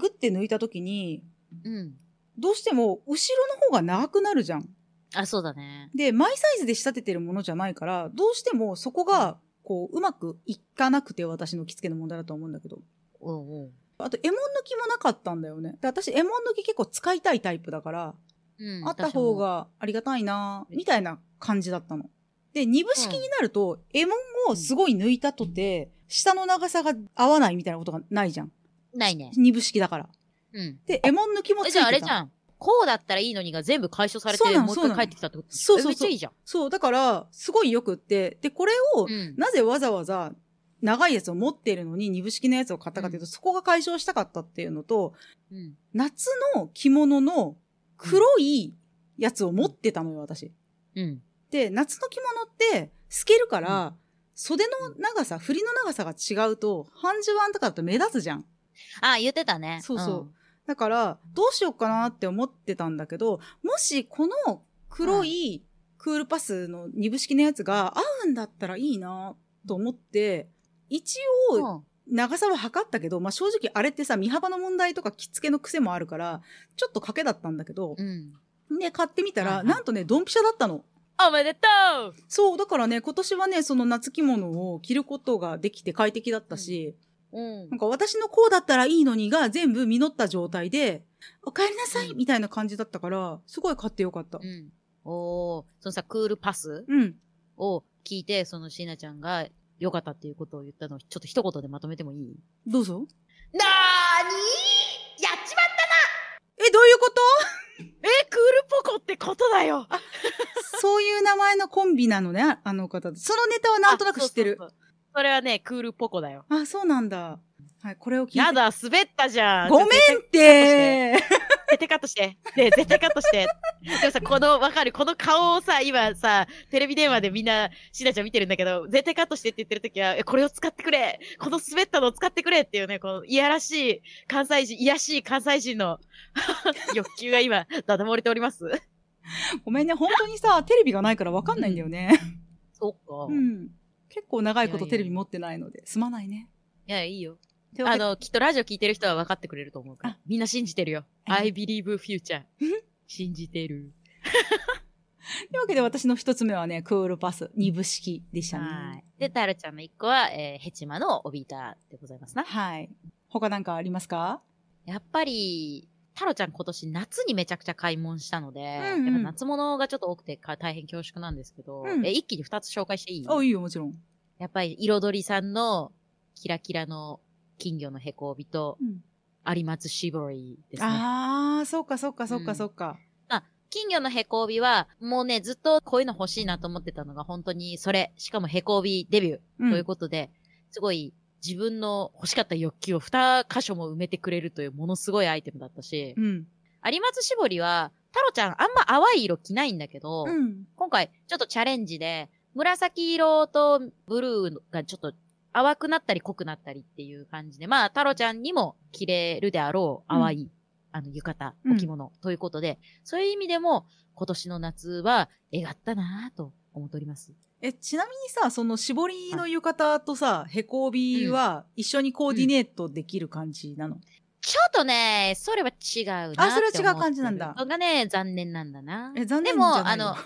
Speaker 1: グッて抜いた時に、
Speaker 3: うん。
Speaker 1: どうしても後ろの方が長くなるじゃん。
Speaker 3: あ、そうだね。
Speaker 1: で、マイサイズで仕立ててるものじゃないから、どうしてもそこが、こう、うまくいかなくて、私の着付けの問題だと思うんだけど。
Speaker 3: うんうん。
Speaker 1: あと、エモン抜きもなかったんだよね。で私、エモン抜き結構使いたいタイプだから、
Speaker 3: うん、
Speaker 1: あった方がありがたいなみたいな感じだったの。で、二部式になると、エモンをすごい抜いたとて、下の長さが合わないみたいなことがないじゃん。
Speaker 3: 私も。ないね。
Speaker 1: 二部式だから。
Speaker 3: うん。
Speaker 1: で、エモン抜きもつ
Speaker 3: え
Speaker 1: いて
Speaker 3: じゃあ
Speaker 1: た。
Speaker 3: あれじゃん。こうだったらいいのにが全部解消されて、
Speaker 1: そうなの
Speaker 3: もう
Speaker 1: そう
Speaker 3: 一
Speaker 1: なの
Speaker 3: 回帰ってきたってこと
Speaker 1: そうそうそう
Speaker 3: えめっちゃいいじゃん。
Speaker 1: そう、だから、すごいよくって。で、これを、
Speaker 3: うん。
Speaker 1: なぜわざわざ、長いやつを持っているのに、二部式のやつを買ったかというと、そこが解消したかったっていうのと、
Speaker 3: うん。
Speaker 1: 夏の着物の黒いやつを持ってたのよ、私。
Speaker 3: うん。
Speaker 1: で、夏の着物って透けるから、袖の長さ、振りの長さが違うと、半襦袢とかだと目立つじゃん。
Speaker 3: あ、言ってたね。
Speaker 1: そうそうだから、どうしようかなって思ってたんだけど、もしこの黒いクールパスの二部式のやつが合うんだったらいいなと思って、一
Speaker 3: うん。
Speaker 1: 応長さは測ったけど、まあ、正直あれってさ、身幅の問題とか着付けの癖もあるから、ちょっと賭けだったんだけど
Speaker 3: う、ん。
Speaker 1: で、買ってみたら、
Speaker 3: はいはい
Speaker 1: なんとね、ドンピシャだったの。
Speaker 3: おめでとう
Speaker 1: そう、だからね、今年はね、その夏着物を着ることができて快適だったし、
Speaker 3: うん
Speaker 1: なんか私のこうだったらいいのにが全部実った状態で、お帰りなさい
Speaker 3: うん
Speaker 1: みたいな感じだったから、すごい買ってよかった
Speaker 3: う。ん。おー、そのさ、クールパス
Speaker 1: うん。
Speaker 3: を聞いて、そのしなちゃんが良かったっていうことを言ったのを、ちょっと一言でまとめてもいい
Speaker 1: どうぞ。
Speaker 3: なーにーやっちまった
Speaker 1: え、どういうこと
Speaker 3: え、クールポコってことだよあ、
Speaker 1: そういう名前のコンビなのね、あの方。そのネタはなんとなく知ってる。
Speaker 3: そうそうそうそれはね、クールポコだよ。
Speaker 1: あ、そうなんだ。はい、これを聞いて。
Speaker 3: やだ、滑ったじゃん。
Speaker 1: ごめん
Speaker 3: ちょ
Speaker 1: って
Speaker 3: 絶対カットして。ね絶対カットして。でもさ、この、わかる、この顔をさ、今さ、テレビ電話でみんな、しなちゃん見てるんだけど、絶対カットしてって言ってるときは、えこれを使ってくれこの滑ったのを使ってくれっていうね、この、いやらしい、関西人、いやしい関西人の、 欲求が今、だだ漏れております。
Speaker 1: ごめんね、本当にさ、テレビがないからわかんないんだよね。
Speaker 3: そうか。
Speaker 1: うん。結構長いこと
Speaker 3: いやいや
Speaker 1: テレビ持ってないので、すまないね。
Speaker 3: いや、いいよ。
Speaker 1: 手をか
Speaker 3: あ
Speaker 1: け
Speaker 3: の、きっとラジオ聞いてる人は分かってくれると思うから
Speaker 1: あ。
Speaker 3: みんな信じてるよ。
Speaker 1: うん
Speaker 3: I believe future. 信じてる。
Speaker 1: というわけで私の一つ目はね、クールパス、二部式でしたね。
Speaker 3: はい。で、タルちゃんの一個は、えーヘチマのオビーターでございますな。
Speaker 1: はい。他なんかありますか
Speaker 3: やっぱり、タロちゃん今年夏にめちゃくちゃ買い物したので、
Speaker 1: うん
Speaker 3: やっぱ夏物がちょっと多くてか大変恐縮なんですけど、
Speaker 1: うん
Speaker 3: え一気に2つ紹介していい
Speaker 1: あ、いいよ、もちろん。
Speaker 3: やっぱり彩りさんの キラキラの金魚のへこびと、
Speaker 1: うん
Speaker 3: 有松シボリーですね。
Speaker 1: ああ、そうか、そうか、そう
Speaker 3: う
Speaker 1: か、
Speaker 3: ん
Speaker 1: そうか。
Speaker 3: 金魚のへこびは、もうね、ずっとこういうの欲しいなと思ってたのが本当にそれ、しかもへこびデビュー
Speaker 1: う
Speaker 3: ということで、すごい自分の欲しかった欲求を2箇所も埋めてくれるというものすごいアイテムだったし、
Speaker 1: うん。
Speaker 3: 有松絞りは、タロちゃんあんま淡い色着ないんだけど、
Speaker 1: うん。
Speaker 3: 今回ちょっとチャレンジで、紫色とブルーがちょっと淡くなったり濃くなったりっていう感じで、まあ、タロちゃんにも着れるであろう淡い、あの、浴衣、
Speaker 1: うん
Speaker 3: 置物ということで、そういう意味でも今年の夏は描ったなぁと思っております。
Speaker 1: え、ちなみにさ、その絞りの浴衣とさ、へこびは一緒にコーディネートできる感じなの、
Speaker 3: ちょっとね、それは違うなって思ってる。
Speaker 1: あそれは違う感じなんだ
Speaker 3: それがね、残念なんだな。
Speaker 1: え、残
Speaker 3: で
Speaker 1: 念じゃ
Speaker 3: も、
Speaker 1: な
Speaker 3: あ
Speaker 1: いよ
Speaker 3: の、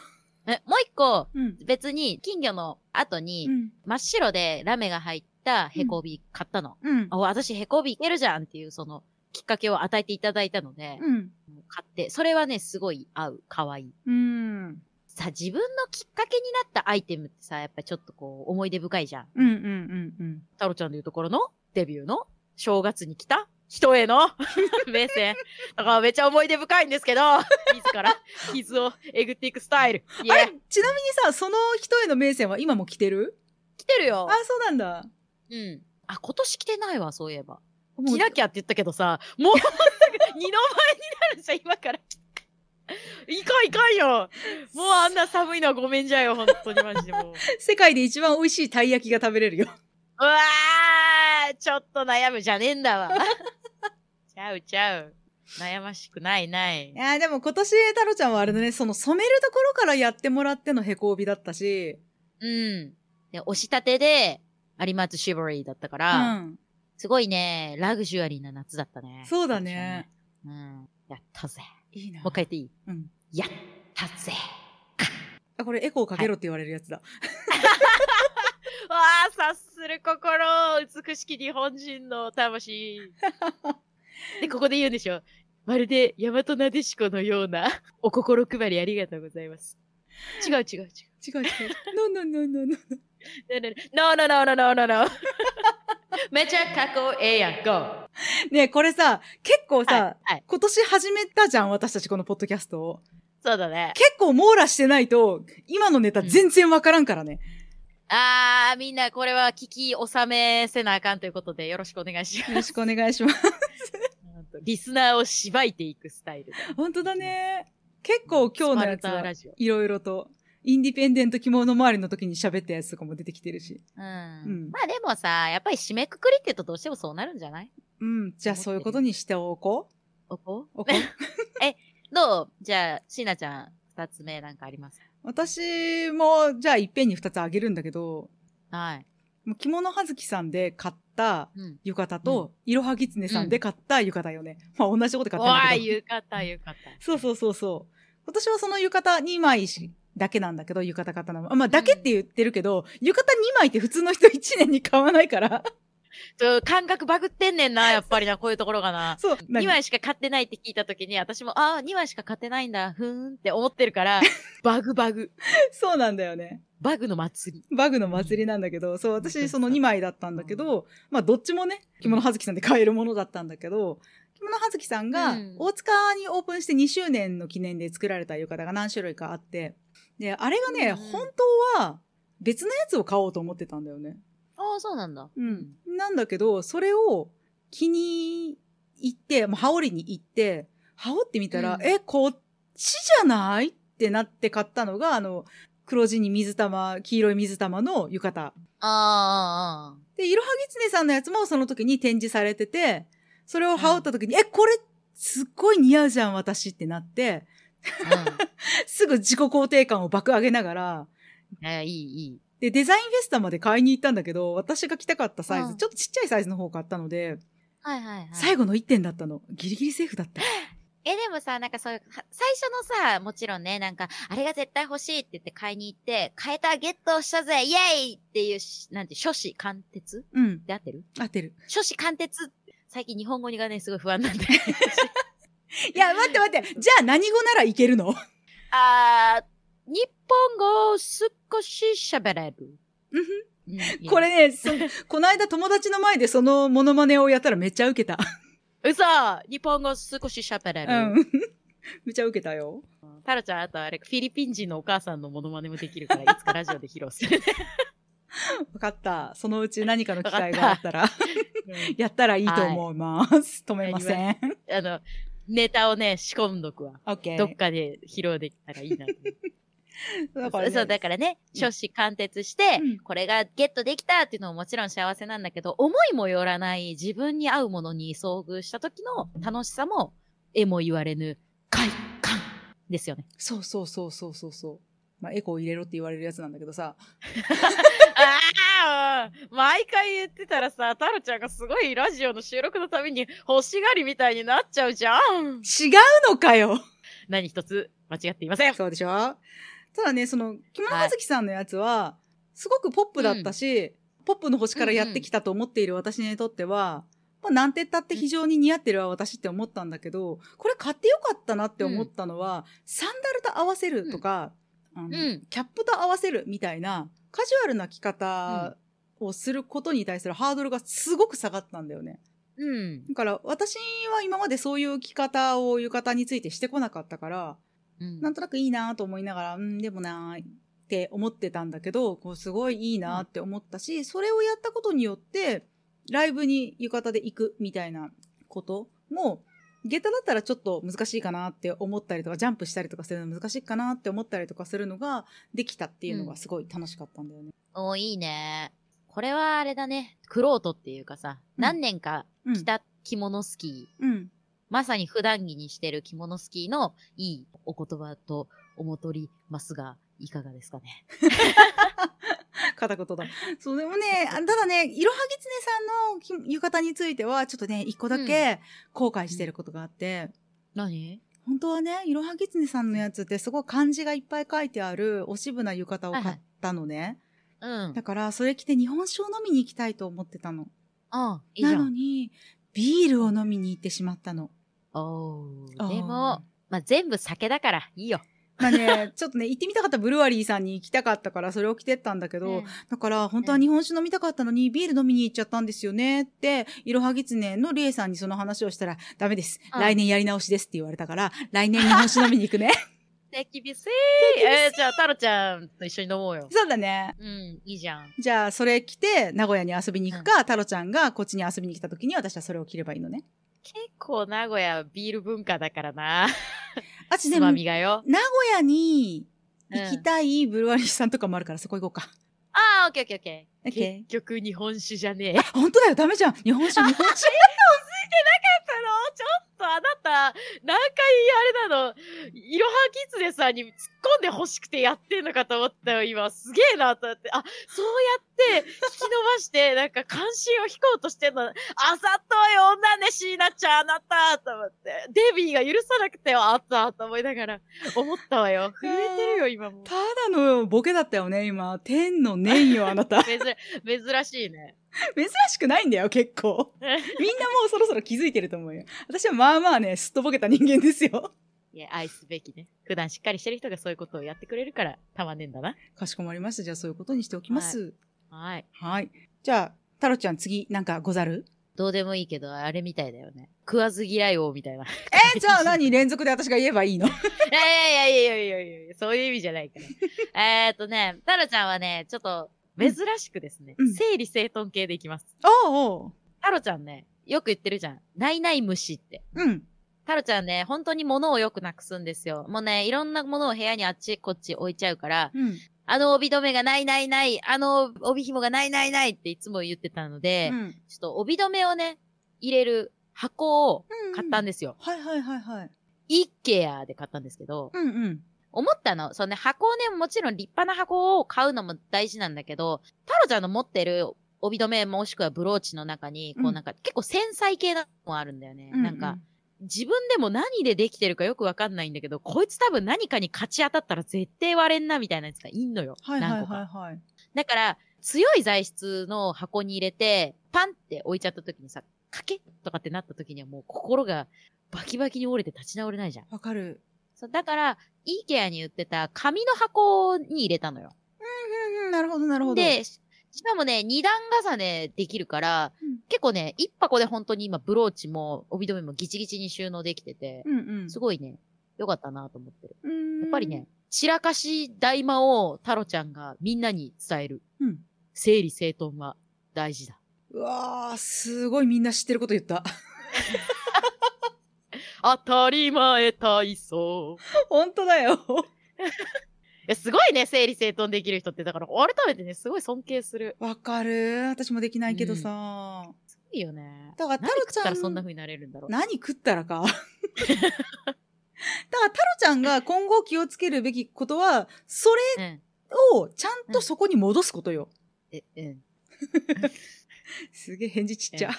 Speaker 3: えもう一個、
Speaker 1: うん。
Speaker 3: 別に金魚の後に、
Speaker 1: うん。
Speaker 3: 真っ白でラメが入ったヘコビ買ったの。
Speaker 1: うん
Speaker 3: あ、。私ヘコビいけるじゃんっていうそのきっかけを与えていただいたので、
Speaker 1: うん。
Speaker 3: 買って、それはね、すごい合う、可愛い。
Speaker 1: うん。
Speaker 3: さ、自分のきっかけになったアイテムってさ、やっぱちょっとこう、思い出深いじゃん。
Speaker 1: うん。うん。うん。うん。
Speaker 3: タロちゃんの言うところの、デビューの、正月に来た人への 目線。だからめっちゃ思い出深いんですけど、自ら傷をえぐっていくスタイル。い
Speaker 1: あれ
Speaker 3: え、
Speaker 1: ちなみにさ、その人への名声は今も来てる
Speaker 3: 来てるよ
Speaker 1: あ、。そうなんだ。
Speaker 3: うん。あ、今年来てないわ、そういえば。
Speaker 1: もう
Speaker 3: 着なきゃって言ったけどさ、もうもうすぐ二の前になるじゃん、今から。いかんいかんよもうあんな寒いのはごめんじゃよ、本当にマジでもう。
Speaker 1: 世界で一番美味しいたい焼きが食べれるよ。
Speaker 3: うわーちょっと悩むじゃねえんだわ。 ちゃうちゃう。悩ましくないない
Speaker 1: い。やーでも今年、太郎ちゃんはあれだね、その染めるところからやってもらってのへこびだったし、
Speaker 3: うん。で、押し立てで、有松シボリーだったか
Speaker 1: う
Speaker 3: ら、
Speaker 1: ん。
Speaker 3: すごいね、ラグジュアリーな夏だったね。
Speaker 1: そうだね。
Speaker 3: うん。やったぜ。
Speaker 1: いいな。
Speaker 3: もう一回言っていい
Speaker 1: うん。
Speaker 3: やったぜ。
Speaker 1: あ、これエコーかけろって言われるやつだ。
Speaker 3: わあ、察する心、美しき日本人の魂。で、ここで言うんでしょ。まるで、大和なでしこのような、お心配りありがとうございます。違う違う違
Speaker 1: 違
Speaker 3: う。
Speaker 1: う違う。ノンノンノンノンノン。
Speaker 3: No, no, no, no, no, no, no. めちゃかっこええやん、go!
Speaker 1: ねえこれさ、結構さ、
Speaker 3: はい、はい。
Speaker 1: 今年始めたじゃん、私たちこのポッドキャストを。
Speaker 3: そうだね。
Speaker 1: 結構網羅してないと、今のネタ全然わからんからね。
Speaker 3: あー、みんなこれは聞き収めせなあかんということ でよろしくお願いし
Speaker 1: よ
Speaker 3: ま
Speaker 1: ろ
Speaker 3: す。
Speaker 1: しくお願いします。
Speaker 3: リスナーをしばいていくスタイルで。
Speaker 1: 本当だね。結構今日のやつ
Speaker 3: スパルタ
Speaker 1: は
Speaker 3: ラジオ。
Speaker 1: いろいろと、インディペンデント着物周りの時に喋ったやつとかも出てきてるし。
Speaker 3: うん
Speaker 1: うん
Speaker 3: まあでもさ、やっぱり締めくくりって言うとどうしてもそうなるんじゃない
Speaker 1: うん。じゃあそういうことにしておこう。
Speaker 3: おこ
Speaker 1: おこ う
Speaker 3: どうじゃあ、しなちゃん、二つ目なんかあります
Speaker 1: 私も、じゃあいっぺんに二つあげるんだけど、
Speaker 3: はい。
Speaker 1: もう着物はずきさんで買った
Speaker 3: うん。
Speaker 1: 浴衣と、いろはぎつねさんで買った浴衣よね。まあ同じこと買
Speaker 3: お
Speaker 1: ったんだ
Speaker 3: ー
Speaker 1: けど。
Speaker 3: 浴衣、浴衣。
Speaker 1: そうそうそうそう。今年はその浴衣2枚しだけなんだけど、浴衣買ったのは。あまあ、だけって言ってるけど、浴衣2枚って普通の人1年に買わないから。
Speaker 3: ちょ感覚バグってんね んな、やっぱりな、こういうところがな。
Speaker 1: そう。
Speaker 3: 2枚しか買ってないって聞いたときに、私も、ああ、2枚しか買ってないんだ、ふーんって思ってるから、バグバグ。
Speaker 1: そうなんだよね。
Speaker 3: バグの祭り。
Speaker 1: バグの祭りなんだけど、そう、私その2枚だったんだけど、まあどっちもね、着物はずきさんで買えるものだったんだけど、着物はずきさんが
Speaker 3: うん
Speaker 1: 大塚にオープンして2周年の記念で作られた浴衣が何種類かあって、で、あれがね、
Speaker 3: うん
Speaker 1: 本当は別のやつを買おうと思ってたんだよね。
Speaker 3: ああ、そうなんだ。
Speaker 1: うん。なんだけど、それを気に入って、まあ、羽織りに行って、羽織ってみたら、
Speaker 3: うん
Speaker 1: え、こっちじゃないってなって買ったのが、あの、黒地に水玉、黄色い水玉の浴衣。
Speaker 3: あーあー、あ
Speaker 1: で、いろはぎつねさんのやつもその時に展示されてて、それを羽織った時に、え、これ、すっごい似合うじゃん、私ってなって、
Speaker 3: ーあー。
Speaker 1: すぐ自己肯定感を爆上げながら、
Speaker 3: うん。えーいい、いい。
Speaker 1: で、デザインフェスタまで買いに行ったんだけど、私が着たかったサイズ、
Speaker 3: うん
Speaker 1: ちょっとちっちゃいサイズの方を買ったので、
Speaker 3: はいはいはい。
Speaker 1: 最後の1点だったの。ギリギリセーフだった。
Speaker 3: え、でもさ、なんかそういう、は最初のさ、もちろんね、なんか、あれが絶対欲しいって言って買いに行って、買えた、ゲットしたぜ、イエイっていうし、なんて、書士貫徹
Speaker 1: うん、
Speaker 3: で合ってる
Speaker 1: 合ってる。
Speaker 3: 書士貫徹最近日本語にがね、すごい不安なんで。
Speaker 1: いや、待って待って。じゃあ何語ならいけるの
Speaker 3: あー、日本語を少し喋れる。
Speaker 1: うんふ
Speaker 3: うんいい
Speaker 1: これね、そこの間友達の前でそのモノマネをやったらめっちゃウケた。
Speaker 3: 嘘日本語少し喋れ
Speaker 1: う
Speaker 3: る。
Speaker 1: ん。 めっちゃウケたよ。
Speaker 3: タロちゃん、あとあれ、フィリピン人のお母さんのモノマネもできるから、いつかラジオで披露する。
Speaker 1: わかった。そのうち何かの機会があったら、
Speaker 3: うん
Speaker 1: やったらいいと思います。止めません。
Speaker 3: あの、ネタをね、仕込んどくわ。
Speaker 1: オッケ
Speaker 3: どっ
Speaker 1: ー。
Speaker 3: かで披露できたらいいなと思って。
Speaker 1: だからね
Speaker 3: そう、だからね、
Speaker 1: うん
Speaker 3: 書士貫徹して、
Speaker 1: うん
Speaker 3: これがゲットできたっていうのももちろん幸せなんだけど、思いもよらない自分に合うものに遭遇した時の楽しさも、えも言われぬ、快感ですよね。
Speaker 1: そうそうそうそうそうそう。まあ、エコー入れろって言われるやつなんだけどさ。
Speaker 3: ああ毎回言ってたらさ、タロちゃんがすごいラジオの収録のたびに欲しがりみたいになっちゃうじゃん
Speaker 1: 違うのか よ
Speaker 3: 何一つ間違っていません。
Speaker 1: そうでしょただね、その、木村和樹さんのやつは、すごくポップだったし、ポップの星からやってきたと思っている私にとっては、まあ、なんて言ったって非常に似合ってるわ、私って思ったんだけど、これ買ってよかったなって思ったのは、サンダルと合わせるとか、あの
Speaker 3: うん
Speaker 1: キャップと合わせるみたいな、カジュアルな着方をすることに対するハードルがすごく下がったんだよね。
Speaker 3: うん。
Speaker 1: だから、私は今までそういう着方を浴衣についてしてこなかったから、
Speaker 3: うん
Speaker 1: なんとなくいいなと思いながら、うん、でもなーって思ってたんだけど、こうすごいいいなって思ったし、それをやったことによって、ライブに浴衣で行くみたいなことも、下駄だったらちょっと難しいかなって思ったりとか、ジャンプしたりとかするの難しいかなって思ったりとかするのができたっていうのがすごい楽しかったんだよね。
Speaker 3: おーいいね。これはあれだね。クロートっていうかさ、
Speaker 1: うん
Speaker 3: 何年か
Speaker 1: うん。
Speaker 3: 着た着物スキー、
Speaker 1: うん。
Speaker 3: まさに普段着にしてる着物スキーのいいお言葉と思とりますが、いかがですかね。
Speaker 1: 片言だ。そう、でも ね、あただね、いろはぎつねさんの浴衣については、ちょっとね、一個だけ後悔してることがあって、
Speaker 3: 何
Speaker 1: 本当はね、いろはぎつねさんのやつってすごい漢字がいっぱい書いてあるおしぶな浴衣を買ったのね。
Speaker 3: うん。
Speaker 1: だから、それ着て日本酒を飲みに行きたいと思ってたの。
Speaker 3: あいいじ
Speaker 1: な
Speaker 3: ゃ
Speaker 1: の
Speaker 3: ん。
Speaker 1: に、ビールを飲みに行ってしまったの。
Speaker 3: おー
Speaker 1: あー
Speaker 3: でも、、まあ、全部酒だからいいよ。
Speaker 1: まあね、ちょっとね、行ってみたかったブルワリーさんに行きたかったから、それを着てったんだけど、
Speaker 3: うん
Speaker 1: だから、本当は日本酒飲みたかったのに、ビール飲みに行っちゃったんですよねって、いろはぎつねのりえさんにその話をしたら、ダメです。
Speaker 3: うん
Speaker 1: 来年やり直しですって言われたから、来年日本酒飲みに行 くね。
Speaker 3: 手厳しい
Speaker 1: 手厳しい
Speaker 3: えー、じゃあ、タロちゃんと一緒に飲もうよ。
Speaker 1: そうだね。
Speaker 3: うん、いいじゃん。
Speaker 1: じゃあ、それ着て、名古屋に遊びに行くか、太郎ちゃんがこっちに遊びに来た時に私はそれを着ればいいのね。
Speaker 3: 結構名古屋ビール文化だからな。
Speaker 1: あ、ち
Speaker 3: つ
Speaker 1: な
Speaker 3: ま
Speaker 1: み
Speaker 3: み
Speaker 1: に、
Speaker 3: がよ。
Speaker 1: 名古屋に行きたいブルワリーさんとかもあるから、そこ行こうか。
Speaker 3: ああ、オッケーオッケーオッケー。
Speaker 1: オッケー
Speaker 3: 結局日本酒じゃねえ。
Speaker 1: あ、本当だよ、ダメじゃん。日本酒、日本酒。
Speaker 3: あの、ちょっとあなた、何回あれなの、いろはきつねさんに突っ込んで欲しくてやってんのかと思ったよ、今。すげえな、と思って。あ、そうやって、引き伸ばして、なんか関心を引こうとしてんの。あざとい女ね、シーナちゃん、あなた、と思って。デビーが許さなくてよ、あった、と思いながら、思ったわよ。震えてるよ、今も。
Speaker 1: ただのボケだったよね、今。天の年よ、あなた。
Speaker 3: 珍、珍しいね。
Speaker 1: 珍しくないんだよ、結構。 みんなもうそろそろ気づいてると思うよ。私はまあまあね、すっとぼけた人間ですよ。
Speaker 3: いや、愛すべきね。普段しっかりしてる人がそういうことをやってくれるから、たまんねえんだな。
Speaker 1: かしこまりました。じゃあ、そういうことにしておきます。
Speaker 3: はい。
Speaker 1: はい。じゃあ、太郎ちゃん、次、なんかござ る
Speaker 3: どうでもいいけど、あれみたいだよね。食わず嫌い王みたいな。
Speaker 1: え、じゃあ何連続で私が言えばいいの
Speaker 3: いやいやいやいやいやいや、そういう意味じゃな いから。えっとね、タロちゃんはね、ちょっと珍しくですね、
Speaker 1: うん
Speaker 3: 整理整頓系でいきます。
Speaker 1: おうおう。
Speaker 3: タロちゃんね、よく言ってるじゃん。ないない虫って。
Speaker 1: うん。
Speaker 3: タロちゃんね、本当に物をよくなくすんですよ。もうね、いろんなものを部屋にあっちこっち置いちゃうから、
Speaker 1: うん。
Speaker 3: あの帯留めがないないない、あの帯紐がないないないっていつも言ってたので、
Speaker 1: うん
Speaker 3: ちょっと帯留めをね、入れる箱を買ったん
Speaker 1: で
Speaker 3: ですよ。
Speaker 1: はいはいはいはい。
Speaker 3: イッケアで買ったんですけど、
Speaker 1: うんうん。
Speaker 3: 思ったの。そのね、箱をね、もちろん立派な箱を買うのも大事なんだけど、太郎ちゃんの持ってる帯留めもしくはブローチの中に、こ
Speaker 1: う
Speaker 3: うんなんか、結構繊細系なのもあるんだよね。
Speaker 1: う
Speaker 3: なんか、、自分でも何でできてるかよくわかんないんだけど、こいつ多分何かに勝ち当たったら絶対割れんなみたいなやつがいんのよ。
Speaker 1: はいはい
Speaker 3: 何個
Speaker 1: はい
Speaker 3: か。
Speaker 1: はい。
Speaker 3: だから、強い材質の箱に入れて、パンって置いちゃった時にさ、かけとかってなった時にはもう心がバキバキに折れて立ち直れないじゃん。
Speaker 1: わかる。
Speaker 3: そうだから、イーケアに売ってた紙の箱に入れたのよ。
Speaker 1: うんうん、なるほどなるほど。
Speaker 3: で、ししかもね、二段重ねできるから、
Speaker 1: うん
Speaker 3: 結構ね、一箱で本当に今ブローチも帯留めもギチギチに収納できてて、
Speaker 1: うんうん。
Speaker 3: すごいね、良かったなと思ってる。
Speaker 1: うーん
Speaker 3: やっぱりね、、散らかし大魔王タロちゃんがみんなに伝える。
Speaker 1: うん。
Speaker 3: 整理整頓は大事だ。
Speaker 1: うわー、すごいみんな知ってること言った。
Speaker 3: 当たり前体操。
Speaker 1: 本当だよ。
Speaker 3: いやすごいね、整理整頓できる人って。だから、改めてね、すごい尊敬する。
Speaker 1: わかる。私もできないけどさ。
Speaker 3: いいよね。
Speaker 1: だから、タ
Speaker 3: 何
Speaker 1: ロ
Speaker 3: 食っ
Speaker 1: ち
Speaker 3: た
Speaker 1: ゃ、
Speaker 3: らそんなん風になれるんだろう。
Speaker 1: 何食ったらか。だ から、タロちゃんが今後気をつけるべきことは、それ
Speaker 3: うん。
Speaker 1: をちゃんとそこに戻すことよ。
Speaker 3: え、うん。
Speaker 1: すげえ、返事ちっちゃ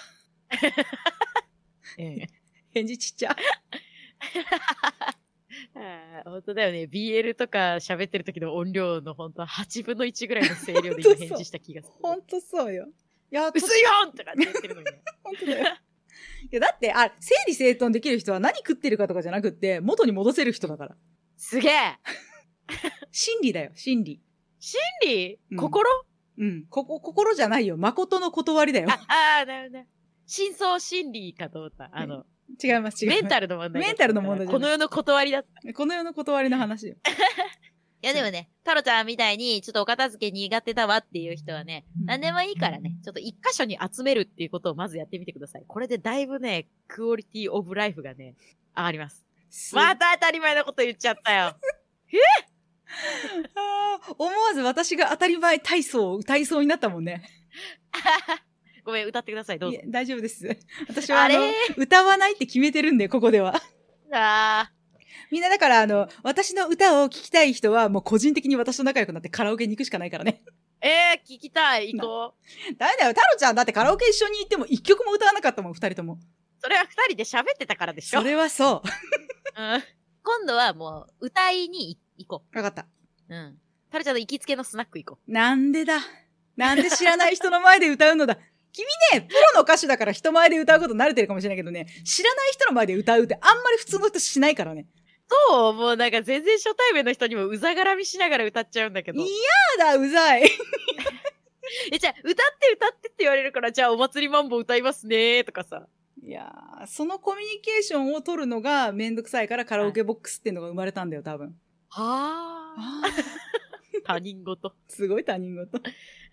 Speaker 3: うん。うん。
Speaker 1: 返事ちっちゃ。
Speaker 3: あー本当だよね。BL とか喋ってる時の音量の本当は8分の1ぐらいの声量で今返事した気がする。
Speaker 1: ほんとそうよ。いや、と
Speaker 3: 薄いよんとかって言ってるのにね。
Speaker 1: ほんとだよ。いや、だって、あ、整理整頓できる人は何食ってるかとかじゃなくって、元に戻せる人だから。
Speaker 3: すげえ
Speaker 1: 心理だよ、心理。
Speaker 3: 心理、
Speaker 1: うん
Speaker 3: 心
Speaker 1: うん。ここ、心じゃないよ。誠の断りだよ。
Speaker 3: ああー、なるほどね。真相心理かと思った。あの、
Speaker 1: 違い ます、違います。
Speaker 3: メンタルの問題。
Speaker 1: メンタルの問題じゃない
Speaker 3: この世の断りだった。い
Speaker 1: この世の断りの話よ。
Speaker 3: やでもね、タロちゃんみたいに、ちょっとお片付け苦手だわっていう人はね、
Speaker 1: うん
Speaker 3: 何でもいいからね、ちょっと一箇所に集めるっていうことをまずやってみてください。これでだいぶね、クオリティオブライフがね、上がります。
Speaker 1: す
Speaker 3: また当たり前のこと言っちゃったよ。
Speaker 1: あー思わず私が当たり前体操を歌いそうになったもんね。
Speaker 3: ごめん、歌ってください、どう
Speaker 1: い
Speaker 3: ぞ
Speaker 1: え。大丈夫です。 私はあの
Speaker 3: あれ
Speaker 1: 歌わないって決めてるんで、ここでは。
Speaker 3: あ
Speaker 1: みんなだから、あの、私の歌を聴きたい人は、もう個人的に私と仲良くなってカラオケに行くしかないからね。
Speaker 3: ーえー、聞きたい、行こう。
Speaker 1: ダメだよ、太郎ちゃんだってカラオケ一緒に行っても一曲も歌わなかったもん、二人とも。
Speaker 3: それは二人で喋ってたからでし
Speaker 1: そ
Speaker 3: ょ。うん、
Speaker 1: れはそ
Speaker 3: 今度はもう、歌いに行こ
Speaker 1: う。わかった。
Speaker 3: う。うん。タロちゃんの行きつけのスナック行こ
Speaker 1: なんでだ。なんで知らない人の前で歌うのだ。君ね、プロの歌手だから人前で歌うこと慣れてるかもしれないけどね、知らない人の前で歌うってあんまり普通の人しないからね。
Speaker 3: う。そう、もうなんか全然初対面の人にもうざがらみしながら歌っちゃうんだけど。
Speaker 1: 嫌だ、うざい。
Speaker 3: え、じゃあ、歌って歌ってって言われるから、じゃあお祭りマンボ歌いますねーとかさ。
Speaker 1: いやー、そのコミュニケーションを取るのがめんどくさいからカラオケボックスっていうのが生まれたんだよ、多分。
Speaker 3: はあ。 他人事。
Speaker 1: すごい他人事。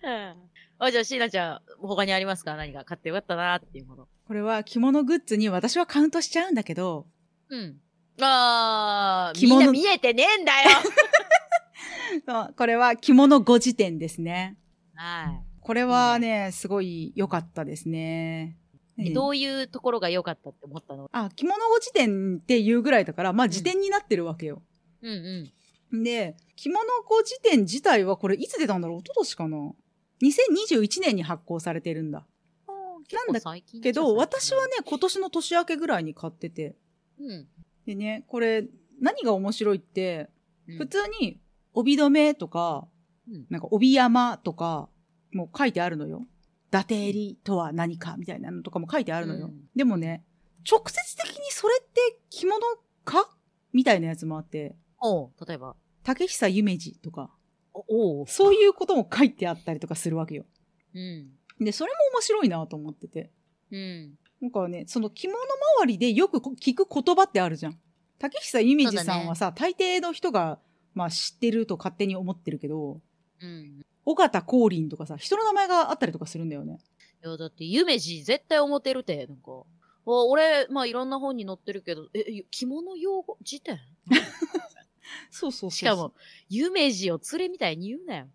Speaker 3: うん。あ、じゃあ、シーナちゃん、他にありますか何か買ってよかったなーっていうもの。
Speaker 1: これは着物グッズに私はカウントしちゃうんだけど、
Speaker 3: うん。あー、
Speaker 1: 着
Speaker 3: みん
Speaker 1: 物
Speaker 3: な見えてねえ んだよ
Speaker 1: そうこれは着物5時点ですね。
Speaker 3: は
Speaker 1: これはね、すごい良かったですね。
Speaker 3: い。
Speaker 1: ね
Speaker 3: どういうところが良かったって思ったの
Speaker 1: あ、着物5時点っていうぐらいだから、まあ
Speaker 3: ん
Speaker 1: 辞典になってるわけよ。
Speaker 3: うんうん。
Speaker 1: で、着物5時点自体はこれいつ出たんだろう一昨年かな ?2021 年に発行されてるんだ。なんだ
Speaker 3: 最近
Speaker 1: けど、私は
Speaker 3: ね、
Speaker 1: ね、今年の年明けぐらいに買ってて。
Speaker 3: うん。
Speaker 1: でね、これ、何が面白いって、
Speaker 3: うん
Speaker 1: 普通に、帯留めとか、
Speaker 3: うん
Speaker 1: なんか帯山とか、もう書いてあるのよ。伊達襟とは何かみたいなのとかも書いてあるのよ。
Speaker 3: うん
Speaker 1: でもね、直接的にそれって着物かみたいなやつもあって、
Speaker 3: おう例えば。
Speaker 1: 竹久夢二とか、
Speaker 3: おおう。
Speaker 1: そういうことも書いてあったりとかするわけよ。
Speaker 3: うん。
Speaker 1: で、それも面白いなと思ってて。
Speaker 3: うん。
Speaker 1: なんかね、その着物周りでよく聞く言葉ってあるじゃん。竹久夢二さんはさ、大抵の人が、まあ、知ってると勝手に思ってるけど、
Speaker 3: うん。い
Speaker 1: 尾形光琳とかさ、人の名前があったりとかするんだよね。
Speaker 3: や、だって、夢二絶対思ってるて、なんか。お俺、まあ、いろんな本に載ってるけど、え、着物用語辞典
Speaker 1: そうそうそう
Speaker 3: しかも。、夢二を連れみたいに言うなよ。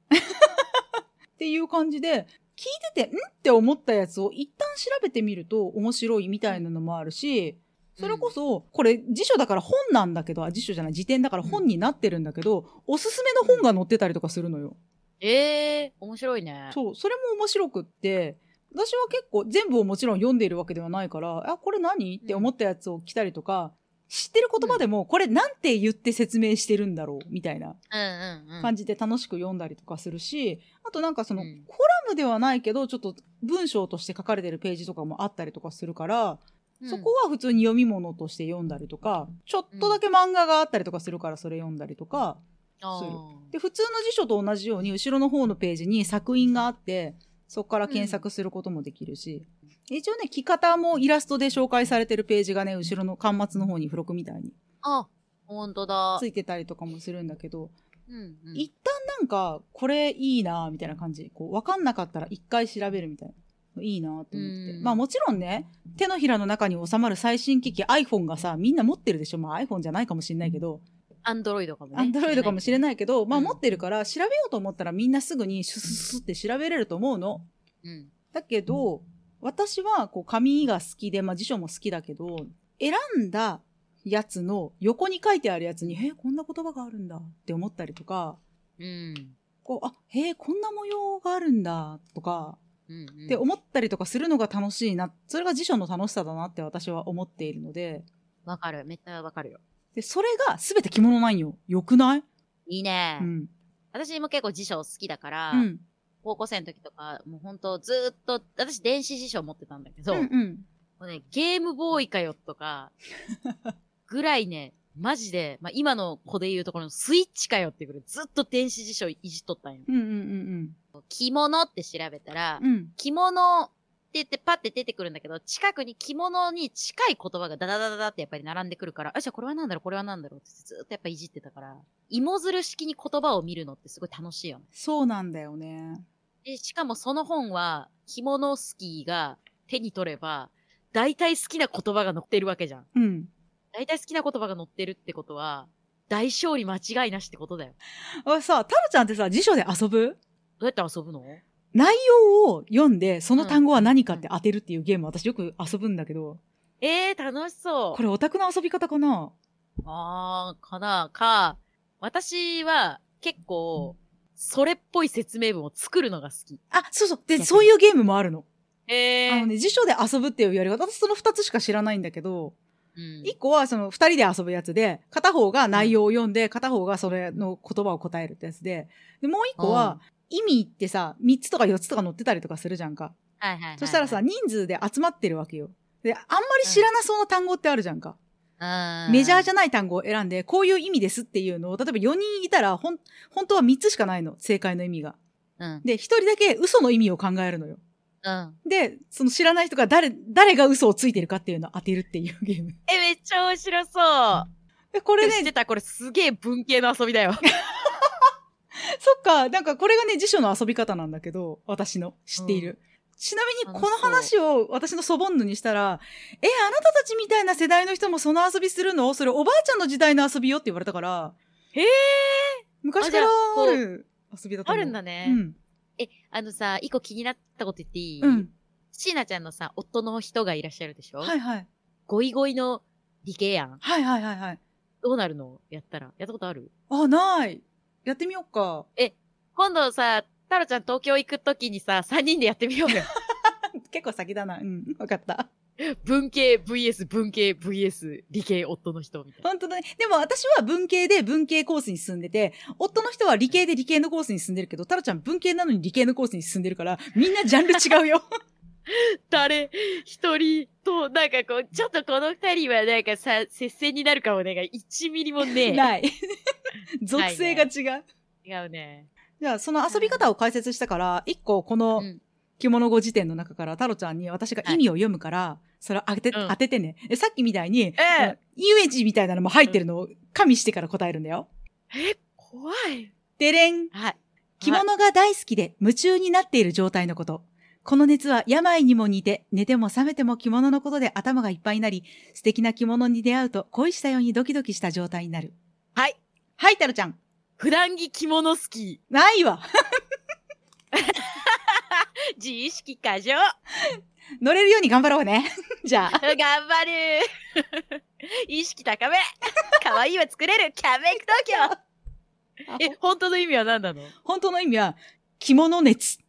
Speaker 1: っていう感じで、聞いてて、んって思ったやつを一旦調べてみると面白いみたいなのもあるし、それこそ、これ辞書だから本なんだけど、あ、辞書じゃない、辞典だから本になってるんだけど、おすすめの本が載ってたりとかするのよ。
Speaker 3: ええー、面白いね。
Speaker 1: そう、それも面白くって、私は結構全部をもちろん読んでいるわけではないから、あ、これ何って思ったやつを来たりとか、知ってる言葉でも、これなんて言って説明してるんだろうみたいな
Speaker 3: うんうんうん。
Speaker 1: 感じで楽しく読んだりとかするし、あとなんかその、
Speaker 3: うん
Speaker 1: コラムではないけど、ちょっと文章として書かれてるページとかもあったりとかするから、
Speaker 3: うん
Speaker 1: そこは普通に読み物として読んだりとか、ちょっとだけ漫画があったりとかするからそれ読んだりとか、
Speaker 3: あー
Speaker 1: で、普通の辞書と同じように後ろの方のページに作品があって、そこから検索することもできるし、一応ね、着方もイラストで紹介されてるページがね、後ろの端末の方に付録みたいに
Speaker 3: あ、ほんとだ。
Speaker 1: ついてたりとかもするんだけど、
Speaker 3: うんうん
Speaker 1: 一旦なんか、これいいなぁみたいな感じ。こう、わかんなかったら一回調べるみたいな。いいなぁと思ってて。
Speaker 3: うん
Speaker 1: まあもちろんね、手のひらの中に収まる最新機器 iPhone がさ、みんな持ってるでしょ。まあ iPhone じゃないかもしれないけど、
Speaker 3: アンドロイドかもね。
Speaker 1: アンドロイドかもしれ
Speaker 3: い。
Speaker 1: ないけど、まあ
Speaker 3: うん
Speaker 1: 持ってるから調べようと思ったらみんなすぐにシュスススって調べれると思うの。
Speaker 3: うん。
Speaker 1: だけど、私はこう紙が好きで、まあ辞書も好きだけど、選んだやつの横に書いてあるやつに、え、こんな言葉があるんだって思ったりとか、
Speaker 3: うん。
Speaker 1: こう、あ、へえ、こんな模様があるんだ、とか、
Speaker 3: うんうん、
Speaker 1: って思ったりとかするのが楽しいな。それが辞書の楽しさだなって私は思っているので、
Speaker 3: わかる。めっちゃわかるよ。
Speaker 1: で、それが全て着物なんよ。よくない
Speaker 3: いいね。
Speaker 1: うん。
Speaker 3: 私も結構辞書好きだから、
Speaker 1: うん。
Speaker 3: 高校生の時とか、もうほんとずーっと、私電子辞書持ってたんだけど、
Speaker 1: うん
Speaker 3: も
Speaker 1: うん。
Speaker 3: うね、ゲームボーイかよと か、ぐらいね、マジで、まあ、今の子で言うところのスイッチかよっていうぐらいずっと電子辞書いじっとったんよ。
Speaker 1: うんうんうん
Speaker 3: 着物って調べたら、
Speaker 1: うん。うん。
Speaker 3: 着物って言ってパッて出てくるんだけど、近くに着物に近い言葉がダダダダダってやっぱり並んでくるから、あ、じゃあこれはなんだろう、これはなんだろうってずっとやっぱいじってたから、芋づる式に言葉を見るのってすごい楽しいよね。
Speaker 1: そうなんだよね。
Speaker 3: で、しかもその本は、着物好きが手に取れば、大体好きな言葉が載ってるわけじゃん。
Speaker 1: うん。
Speaker 3: 大体好きな言葉が載ってるってことは、大勝利間違いなしってことだよ。
Speaker 1: あ、さ、タロちゃんってさ、辞書で遊ぶ
Speaker 3: どうやって遊ぶの
Speaker 1: 内容を読んで、その単語は何かって当てるっていうゲーム、私よく遊ぶんだけど、
Speaker 3: ええー、楽しそう。
Speaker 1: これオタクの遊び方かな
Speaker 3: あー、かな、か、私は結構、それっぽい説明文を作るのが好き。
Speaker 1: あ、そうそう。で、
Speaker 3: 逆に
Speaker 1: そういうゲームもあるの。
Speaker 3: え
Speaker 1: あのね、辞書で遊ぶっていうやり方、私その二つしか知らないんだけど、
Speaker 3: うん、
Speaker 1: 一個はその二人で遊ぶやつで、片方が内容を読んで、片方がそれの言葉を答えるってやつで、で、もう一個は、意味ってさ、三つとか四つとか載ってたりとかするじゃんか。
Speaker 3: はいはいはいはい
Speaker 1: そしたらさ、、人数で集まってるわけよ。で、あんまり知らなそうな単語ってあるじゃんか。メジャーじゃ
Speaker 3: ゃ
Speaker 1: ない単語を選んで、こういう意味ですっていうのを、例えば4人いたら、ほん、本当は3つしかないの、正解の意味が。
Speaker 3: うん。
Speaker 1: で、1人だけ嘘の意味を考えるのよ。
Speaker 3: うん。
Speaker 1: で、その知らない人が誰、誰が嘘をついてるかっていうのを当てるっていうゲーム。
Speaker 3: え、めっちゃ面白そう。
Speaker 1: でこ
Speaker 3: こ
Speaker 1: れ
Speaker 3: 知っ
Speaker 1: ね
Speaker 3: て、た、これすげえ文系の遊び だよ。
Speaker 1: そっか、なんかこれがね、辞書の遊び方なんだけど、私の知っている。ちなみに、この話を私の祖母ンヌにしたら、え、あなたたちみたいな世代の人もその遊びするのそれおばあちゃんの時代の遊びよって言われたから、
Speaker 3: へえ
Speaker 1: 昔からある遊びだと
Speaker 3: あ
Speaker 1: 思う。
Speaker 3: るんだね。
Speaker 1: うん。
Speaker 3: え、あのさ、一個気になったこと言っていい
Speaker 1: うん。
Speaker 3: シーナちゃんのさ、夫の人がいらっしゃるでしょ
Speaker 1: はいはい。
Speaker 3: ゴイゴイの理系やん。
Speaker 1: はいはいはいはい。
Speaker 3: どうなるのやったら。やったことある
Speaker 1: あ、ない。やってみようか。
Speaker 3: 今度さ、タロちゃん東京行くときにさ、3人でやってみ ようよ。
Speaker 1: 結構先だな。うん。わかった。
Speaker 3: 文系 VS 文系 VS 理系夫の人みたいな。
Speaker 1: 本当だね。でも私は文系で文系コースに進んでて、夫の人は理系で理系のコースに進んでるけど、タロちゃん文系なのに理系のコースに進んでるから、みんなジャンル違うよ。
Speaker 3: 誰一人と、なんかこう、ちょっとこの二人はなんかさ、接戦になるかもねが1ミリも ねえ。
Speaker 1: ない。 属性が違う。
Speaker 3: 違うね。
Speaker 1: じゃあ、その遊び方を解説したから、一個この
Speaker 3: うん
Speaker 1: 着物語辞典の中から、タロちゃんに私が意味を読むから、それを当て、
Speaker 3: うん
Speaker 1: 当ててね。でさっきみたいに、
Speaker 3: ええ
Speaker 1: 遊園地みたいなのも入ってるのを加味してから答えるんだよ。
Speaker 3: 怖い。
Speaker 1: でれん。
Speaker 3: はい。
Speaker 1: 着物が大好きで夢中になっている状態のこと。この熱は病にも似て、寝ても覚めても着物のことで頭がいっぱいになり、素敵な着物に出会うと恋したようにドキドキした状態になる。
Speaker 3: はい。
Speaker 1: はい、タロちゃん。
Speaker 3: 普段着着物好き。
Speaker 1: ないわ。
Speaker 3: 自意識過剰。
Speaker 1: 乗れるように頑張ろうね。 じゃあ、
Speaker 3: 頑張る意識 高め可愛いは作れるキャメイク東京え、本当の意味は何なの
Speaker 1: 本当の意味は、着物熱。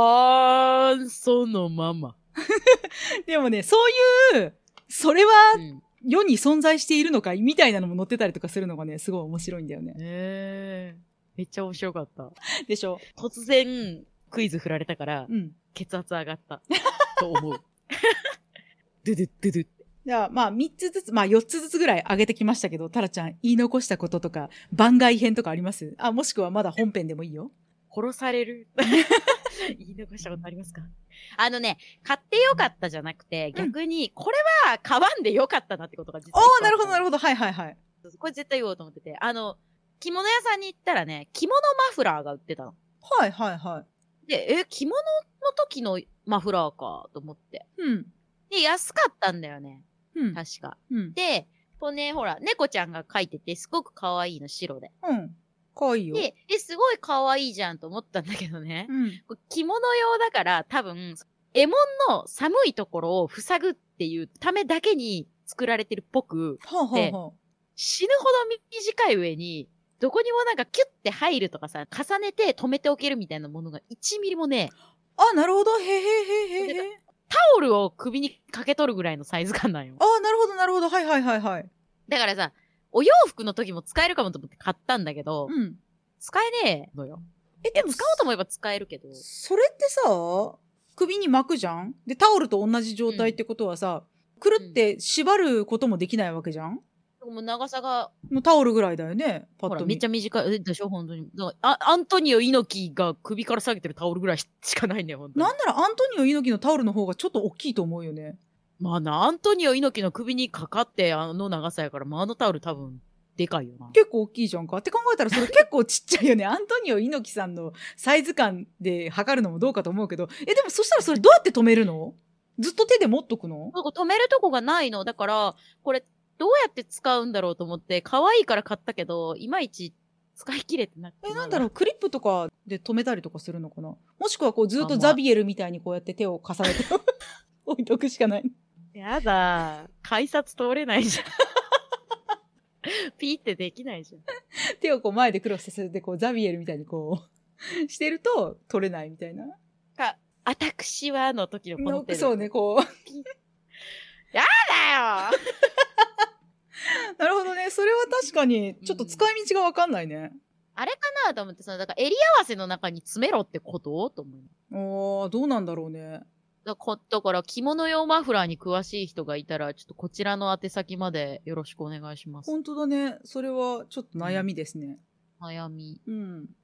Speaker 2: はーん、そのまま。
Speaker 1: でもね、そういう、それは
Speaker 3: うん
Speaker 1: 世に存在しているのか、みたいなのも載ってたりとかするのがね、すごい面白いんだよね。
Speaker 2: えー、めっちゃ面白かった。
Speaker 1: でしょ
Speaker 3: 突然、クイズ振られたから、
Speaker 1: うん。
Speaker 3: 血圧上がった。と思う。 ドゥドゥドゥドゥ。
Speaker 1: じゃあ、まあ、3つずつ、まあ、4つずつぐらい上げてきましたけど、タラちゃん、言い残したこととか、番外編とかありますあ、もしくはまだ本編でもいいよ。
Speaker 3: 殺される。 言い残したことありますかあのね、買ってよかったじゃなく
Speaker 1: う
Speaker 3: て、
Speaker 1: ん
Speaker 3: 逆に、これは買わんでよかったなってことが実
Speaker 1: お
Speaker 3: は
Speaker 1: ー、なるほど、なるほど。はいはいはい。
Speaker 3: ほど。これ絶対言おうと思ってて。あの、着物屋さんに行ったらね、着物マフラーが売ってたの。
Speaker 1: はいはいはい。
Speaker 3: で、え、着物の時のマフラーか、と思って。
Speaker 1: うん。
Speaker 3: で、安かったんだよね。
Speaker 1: うん。
Speaker 3: 確か。
Speaker 1: うん。
Speaker 3: で、こうね、ほら、猫ちゃんが描いてて、すごく可愛いの、白で。
Speaker 1: うん。かわいいよ。
Speaker 3: で、え、すごい可愛いじゃんと思ったんだけどね。
Speaker 1: うん。
Speaker 3: これ着物用だから、多分、エモンの寒いところを塞ぐっていうためだけに作られてるっぽく、
Speaker 1: はあ、はあは
Speaker 3: 死ぬほど短い上に、どこにもなんかキュッて入るとかさ、重ねて止めておけるみたいなものが1ミリもね、
Speaker 1: あ。あ、なるほど。へへへへへ。
Speaker 3: タオルを首にかけとるぐらいのサイズ感なんよ。
Speaker 1: ああ、なるほど、なるほど。はいはいはいはい。
Speaker 3: だからさ、お洋服の時も使えるかもと思って買ったんだけど、
Speaker 1: うん。
Speaker 3: 使えねえのよ。
Speaker 1: え、でも
Speaker 3: 使おうと思えば使えるけど。
Speaker 1: それってさ、首に巻くじゃんで、タオルと同じ状態ってことはさ、くるって縛ることもできないわけじゃん
Speaker 3: もう長さが、
Speaker 1: もうタオルぐらいだよね、パ
Speaker 3: ほ
Speaker 1: ッ
Speaker 3: ら、
Speaker 1: と
Speaker 3: めっ
Speaker 1: 見。
Speaker 3: ちゃ短い。えでしょ本当に。だからあアントニオ猪木が首から下げてるタオルぐらいししかないんだよ、本当に
Speaker 1: なんならアントニオ猪木のタオルの方がちょっと大きいと思うよね。
Speaker 3: まあな、アントニオ猪木の首にかかって、あの長さやから、まああのタオル多分、でかいよな。
Speaker 1: 結構大きいじゃんか。って考えたらそれ結構ちっちゃいよね。アントニオ猪木さんのサイズ感で測るのもどうかと思うけど。え、でもそしたらそれどうやって止めるのずっと手で持っとくの
Speaker 3: なんか止めるとこがないの。だから、これ、どうやって使うんだろうと思って、可愛いから買ったけど、いまいち使い切れてなくて。
Speaker 1: え、なんだろ
Speaker 3: う
Speaker 1: う、クリップとかで止めたりとかするのかなもしくはこうずっ
Speaker 3: あ
Speaker 1: と
Speaker 3: まあ
Speaker 1: ザビエルみたいにこうやって手を重ねて 置いとくしかない。
Speaker 3: やだ。改札通れないじゃん。ピーってできないじゃん。
Speaker 1: 手をこう前でクロスさせてこうザビエルみたいにこう してると取れないみたいな。
Speaker 3: 私はの時のこの
Speaker 1: の
Speaker 3: 手で
Speaker 1: そうね、こう。
Speaker 3: だよ
Speaker 1: なるほどね。それは確かにちょっと使い道がわかんないね。
Speaker 3: あれかなと思って、その、だから襟合わせの中に詰めろってことと思う。
Speaker 1: おー、どうなんだろうね。
Speaker 3: だこだから、着物用マフラーに詳しい人がいたら、ちょっとこちらの宛先までよろしくお願いします。
Speaker 1: 本当だね。それはちょっと悩みですね。
Speaker 3: 悩み、
Speaker 1: うん。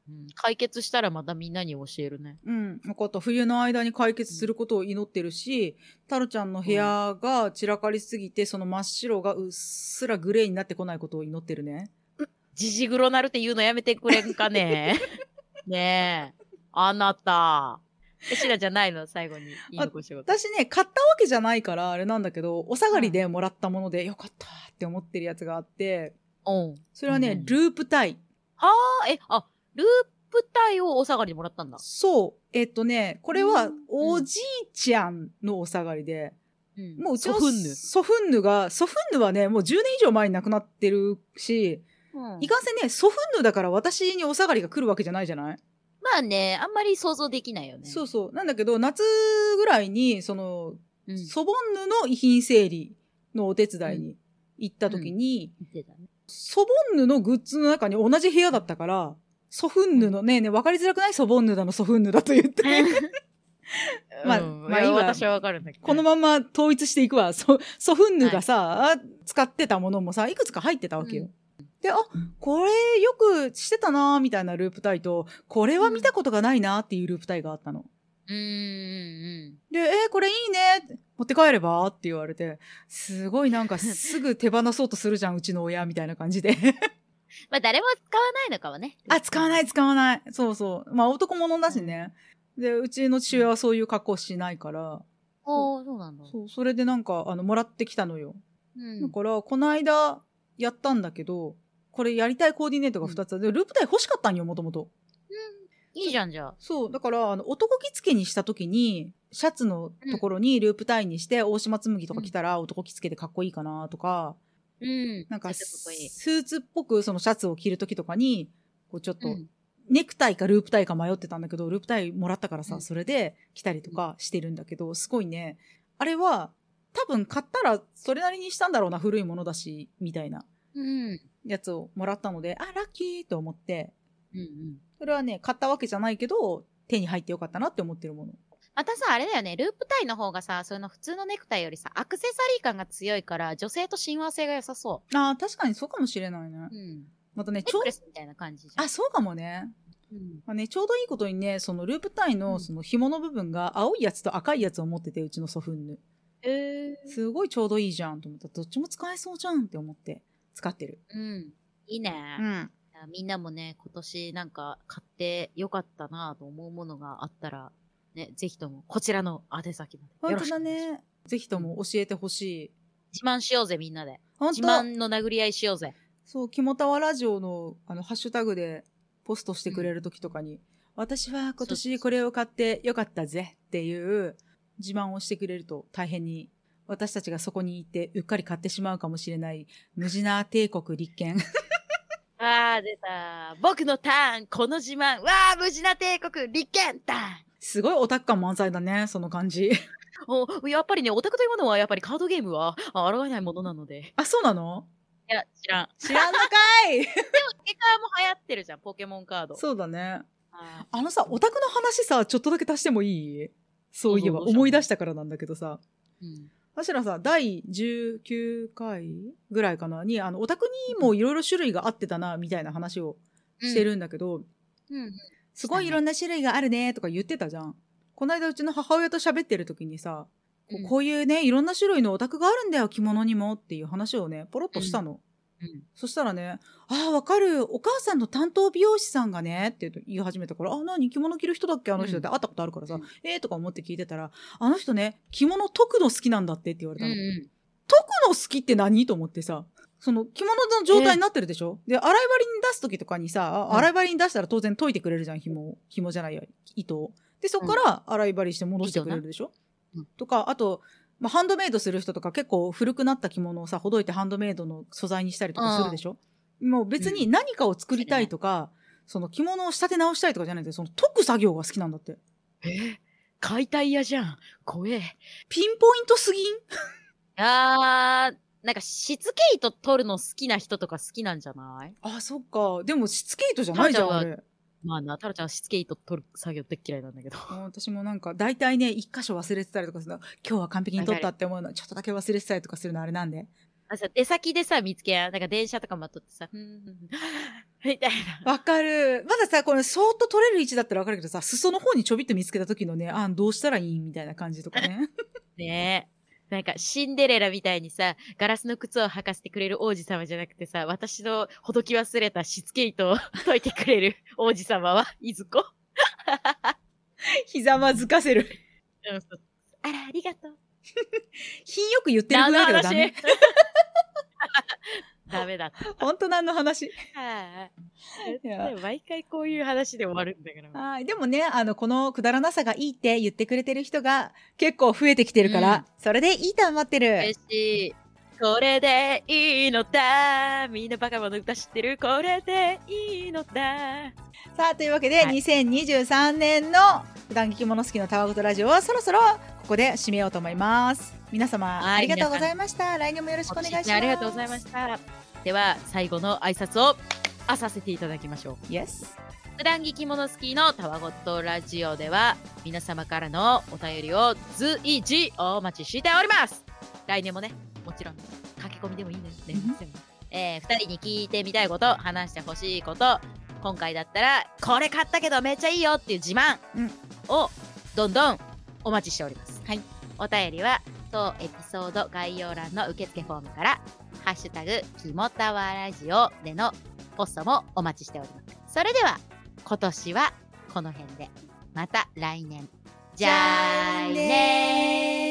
Speaker 3: うん。解決したらまたみんなに教えるね。
Speaker 1: うん。分かった。冬の間に解決することを祈ってるし、タルちゃんの部屋が散らかりすぎて、その真っ白がうっすらグレーになってこないことを祈ってるね。
Speaker 3: ジジグロなるって言うのやめてくれん かねねえ。あなた。え、シラじゃないの最後に言い残したこと。
Speaker 1: 私ね、買ったわけじゃないから、あれなんだけど、お下がりでもらったもので、よかったって思ってるやつがあって、
Speaker 3: うん。
Speaker 1: それはね、
Speaker 3: うん
Speaker 1: ループタイ。
Speaker 3: あ、え、あ、ループタイをお下がりでもらったんだ。
Speaker 1: そう。えっとね、これは
Speaker 3: うん、
Speaker 1: おじいちゃんのお下がりで、
Speaker 3: うん
Speaker 1: もううちの
Speaker 3: ソフンヌ。
Speaker 1: ソフンヌが、ソフンヌはね、もう10年以上前に亡くなってるし、
Speaker 3: うん
Speaker 1: いかんせんね、ソフンヌだから私にお下がりが来るわけじゃないじゃない、
Speaker 3: まあね、あんまり想像できないよね。
Speaker 1: そうそう。なんだけど、夏ぐらいに、その、
Speaker 3: うん。
Speaker 1: ソボンヌの遺品整理のお手伝いに行った時に、
Speaker 3: 見 てたね
Speaker 1: ソボンヌのグッズの中に同じ部屋だったから、ソフンヌのね、ね、わかりづらくないソボンヌだのソフンヌだと言って、まあ
Speaker 3: うん
Speaker 1: まあ
Speaker 3: いや
Speaker 1: 今
Speaker 3: 私はわかるんだけど。
Speaker 1: このまんま統一していくわ。ソソフンヌがさ、使ってたものもさ、いくつか入ってたわけよ。で、あ、これよくしてたなーみたいなループタイと、これは見たことがないなーっていうループタイがあったの。
Speaker 3: うーん。
Speaker 1: で、えーこれいいね持って帰ればって言われて、すごいなんかすぐ手放そうとするじゃん、うちの親みたいな感じで。
Speaker 3: まあ、誰も使わないのかもね。。
Speaker 1: あ、使わないい使わない。そうそう。まあ男物だしね。で、うちの父親はそういう格好しないから、
Speaker 3: おー、そうなんだ。
Speaker 1: そう、それでなんか、あの、もらってきたのよ。
Speaker 3: うん
Speaker 1: だから、この間、やったんだけど、これやりたいコーディネートが2つあって、ループタイ欲しかったんよ、もともと。
Speaker 3: いいじゃん、じゃあ。
Speaker 1: そう、だから、あの、男着付けにした時に、シャツのところにループタイにして、大島紬とか着たら男着付けでかっこいいかなとか、
Speaker 3: うん。
Speaker 1: なんか、
Speaker 3: ちょっとかっこいい。
Speaker 1: スーツっぽくそのシャツを着る時とかに、こうちょっと、
Speaker 3: うん
Speaker 1: ネクタイかループタイか迷ってたんだけど、ループタイもらったからさ、
Speaker 3: うん
Speaker 1: それで着たりとかしてるんだけど、すごいね、あれは、多分買ったらそれなりにしたんだろうな、古いものだし、みたいな
Speaker 3: うん。
Speaker 1: やつをもらったので、あ、ラッキーと思って、
Speaker 3: うんうん。
Speaker 1: それはね、買ったわけじゃないけど、手に入ってよかったなって思ってるもの。
Speaker 3: またさ、あれだよね、ループタイの方がさ、その普通のネクタイよりさ、アクセサリー感が強いから、女性と親和性が良さそ
Speaker 1: ああ、確かにそうかもしれないね。
Speaker 3: う。うん。
Speaker 1: またね、
Speaker 3: ネ
Speaker 1: ち
Speaker 3: ッ
Speaker 1: ょ
Speaker 3: ク
Speaker 1: う
Speaker 3: レ、スみたいな感じじゃん。
Speaker 1: あ、そうかもね。
Speaker 3: うん、
Speaker 1: まあね、ちょうどいいことにね、そのループタイ
Speaker 3: う
Speaker 1: の
Speaker 3: ん
Speaker 1: その紐の部分が青いやつと赤いやつを持ってて、うちの祖父ぬ。
Speaker 3: え
Speaker 1: すごいちょうどいいじゃんと思った。どっちも使えそうじゃんって思って使ってる。
Speaker 3: うん。いいね。
Speaker 1: ん。
Speaker 3: みんなもね、今年なんか買ってよかったなと思うものがあったら、ね、ぜひともこちらの宛先まで
Speaker 1: 本
Speaker 3: よろ
Speaker 1: 当
Speaker 3: しく
Speaker 1: だ
Speaker 3: お願いします。
Speaker 1: ね。ぜひとも教えてほしい。
Speaker 3: 自慢しようぜ、みんなで。
Speaker 1: 本
Speaker 3: 自
Speaker 1: 当
Speaker 3: 慢の殴り合いしようぜ。
Speaker 1: そう、キモタワラジオのあのハッシュタグでポストしてくれる時とかに、私は今年これを買ってよかったぜっていう自慢をしてくれると大変に私たちがそこにいてうっかり買ってしまうかもしれない無地な帝国立 憲。
Speaker 3: あー、出た。僕のターン、この自慢。わー、無事な帝国、立憲ターン。
Speaker 1: すごいオタク感満載だね、その感じ。
Speaker 3: おやっぱりね、オタクというものは、やっぱりカードゲームは、あ抗えないものなので。い
Speaker 1: あ、そうなの
Speaker 3: や、知らん。
Speaker 1: 知らんのかい
Speaker 3: ポケカーも流行ってるじゃん、ポケモンカー ド。
Speaker 1: そうだね。
Speaker 3: あ
Speaker 1: あのさ、オタクの話さ、ちょっとだけ足してもいいそういえば、
Speaker 3: どうぞどうぞ
Speaker 1: 思い出したからなんだけどさ。
Speaker 3: ーうん
Speaker 1: 私らさ、第19回ぐらいかなに、あの、オタクにもいろいろ種類があってたな、みたいな話をして。るんだけど、
Speaker 3: うん。
Speaker 1: すごいいろんな種類があるね、とか言ってたじゃん。こないだうちの母親と喋ってる時にさ、こ
Speaker 3: う
Speaker 1: うんこういうね、いろんな種類のオタクがあるんだよ、着物にもっていう話をね、ポロッとしたの。
Speaker 3: うん
Speaker 1: そしたらね、ああ、わかる。お母さんの担当美容師さんがね、って言い始めたから、あ、何着物着る人だっけあの人って
Speaker 3: う
Speaker 1: 会ったことあるからさ、
Speaker 3: うん
Speaker 1: えーとか思って聞いてたら、あの人ね、着物解くの好きなんだってって言われ
Speaker 3: う
Speaker 1: た
Speaker 3: ん
Speaker 1: の。
Speaker 3: うん。
Speaker 1: 解くの好きって何と思ってさ、その着物の状態になってるでしょ、で、洗い針に出す時とかにさ、
Speaker 3: うん
Speaker 1: あ洗い針に出したら当然解いてくれるじゃん、紐を。紐じゃないや、糸を。で、そこから洗い針して戻してくれるでしょ、
Speaker 3: 糸なうん
Speaker 1: とか、あと、まあ、ハンドメイドする人とか結構古くなった着物をさ、ほどいてハンドメイドの素材にしたりとかするでしょもう別に何かを作りたいとか、その着物を仕立て直したいとかじゃないんだよその解く作業が好きなんだって。
Speaker 2: えー解体屋じゃん。怖え。
Speaker 1: ピンポイントすぎん
Speaker 3: あー、なんか、しつけ糸取るの好きな人とか好きなんじゃない
Speaker 1: あ、そっか。でも、しつけ糸じゃないじゃん、
Speaker 3: タ
Speaker 1: あ
Speaker 3: オ
Speaker 1: れ。
Speaker 3: まあな、タロちゃんはしつけ糸取る作業って嫌いなんだけど。
Speaker 1: もう私もなんか大体ね一箇所忘れてたりとかするの今日は完璧に撮ったって思うのちょっとだけ忘れてたりとかするのあれなんで
Speaker 3: あさ、出先でさ、見つけや、なんか電車とか待っとってさ、ふんふんふんみたいな。
Speaker 1: わかるまださこれそーっと撮れる位置だったらわかるけどさ裾の方にちょびっと見つけた時のねあどうしたらいいみたいな感じとかね
Speaker 3: ねえ。なんか、シンデレラみたいにさ、ガラスの靴を履かせてくれる王子様じゃなくてさ、私のほどき忘れたしつけ糸を解いてくれる王子様は、いずこ。
Speaker 1: ひざまずかせる
Speaker 3: うんそうあら、ありがとう。
Speaker 1: 品よく言ってる風だけどダメ
Speaker 3: ダメだった。
Speaker 1: 本当何の話
Speaker 3: はい
Speaker 1: や
Speaker 3: い。毎回こういう話で終わるんだから。
Speaker 1: はいでもねあのこのくだらなさがいいって言ってくれてる人が結構増えてきてるから、
Speaker 3: うん
Speaker 1: それでいいと思ってる
Speaker 3: 嬉しい。これでいいのだ。みんなバカバの歌知ってる。これでいいのだ。
Speaker 1: さあというわけで、
Speaker 3: はい
Speaker 1: 2023年の普段聞き物好きのたわごとラジオはそろそろここで締めようと思います皆様
Speaker 3: はい
Speaker 1: ありがとうございました来年もよろしくお願いします
Speaker 3: ありがとうございました。では、最後の挨拶をあさせていただきましょう。
Speaker 1: イエス
Speaker 3: 普段着着物スキーのたわごとラジオでは皆様からのお便りを随時お待ちしております来年もねもちろん駆け込みでもいいですね、
Speaker 1: うん
Speaker 3: でもえー、2人に聞いてみたいこと話してほしいこと今回だったらこれ買ったけどめっちゃいいよっていう自慢
Speaker 1: うん
Speaker 3: をどんどんお待ちしております、
Speaker 1: はい、
Speaker 3: お便りは当エピソード概要欄の受付フォームから「ハッシュタグきもたわラジオ」でのポストもお待ちしておりますそれでは今年はこの辺でまた来年じゃあねー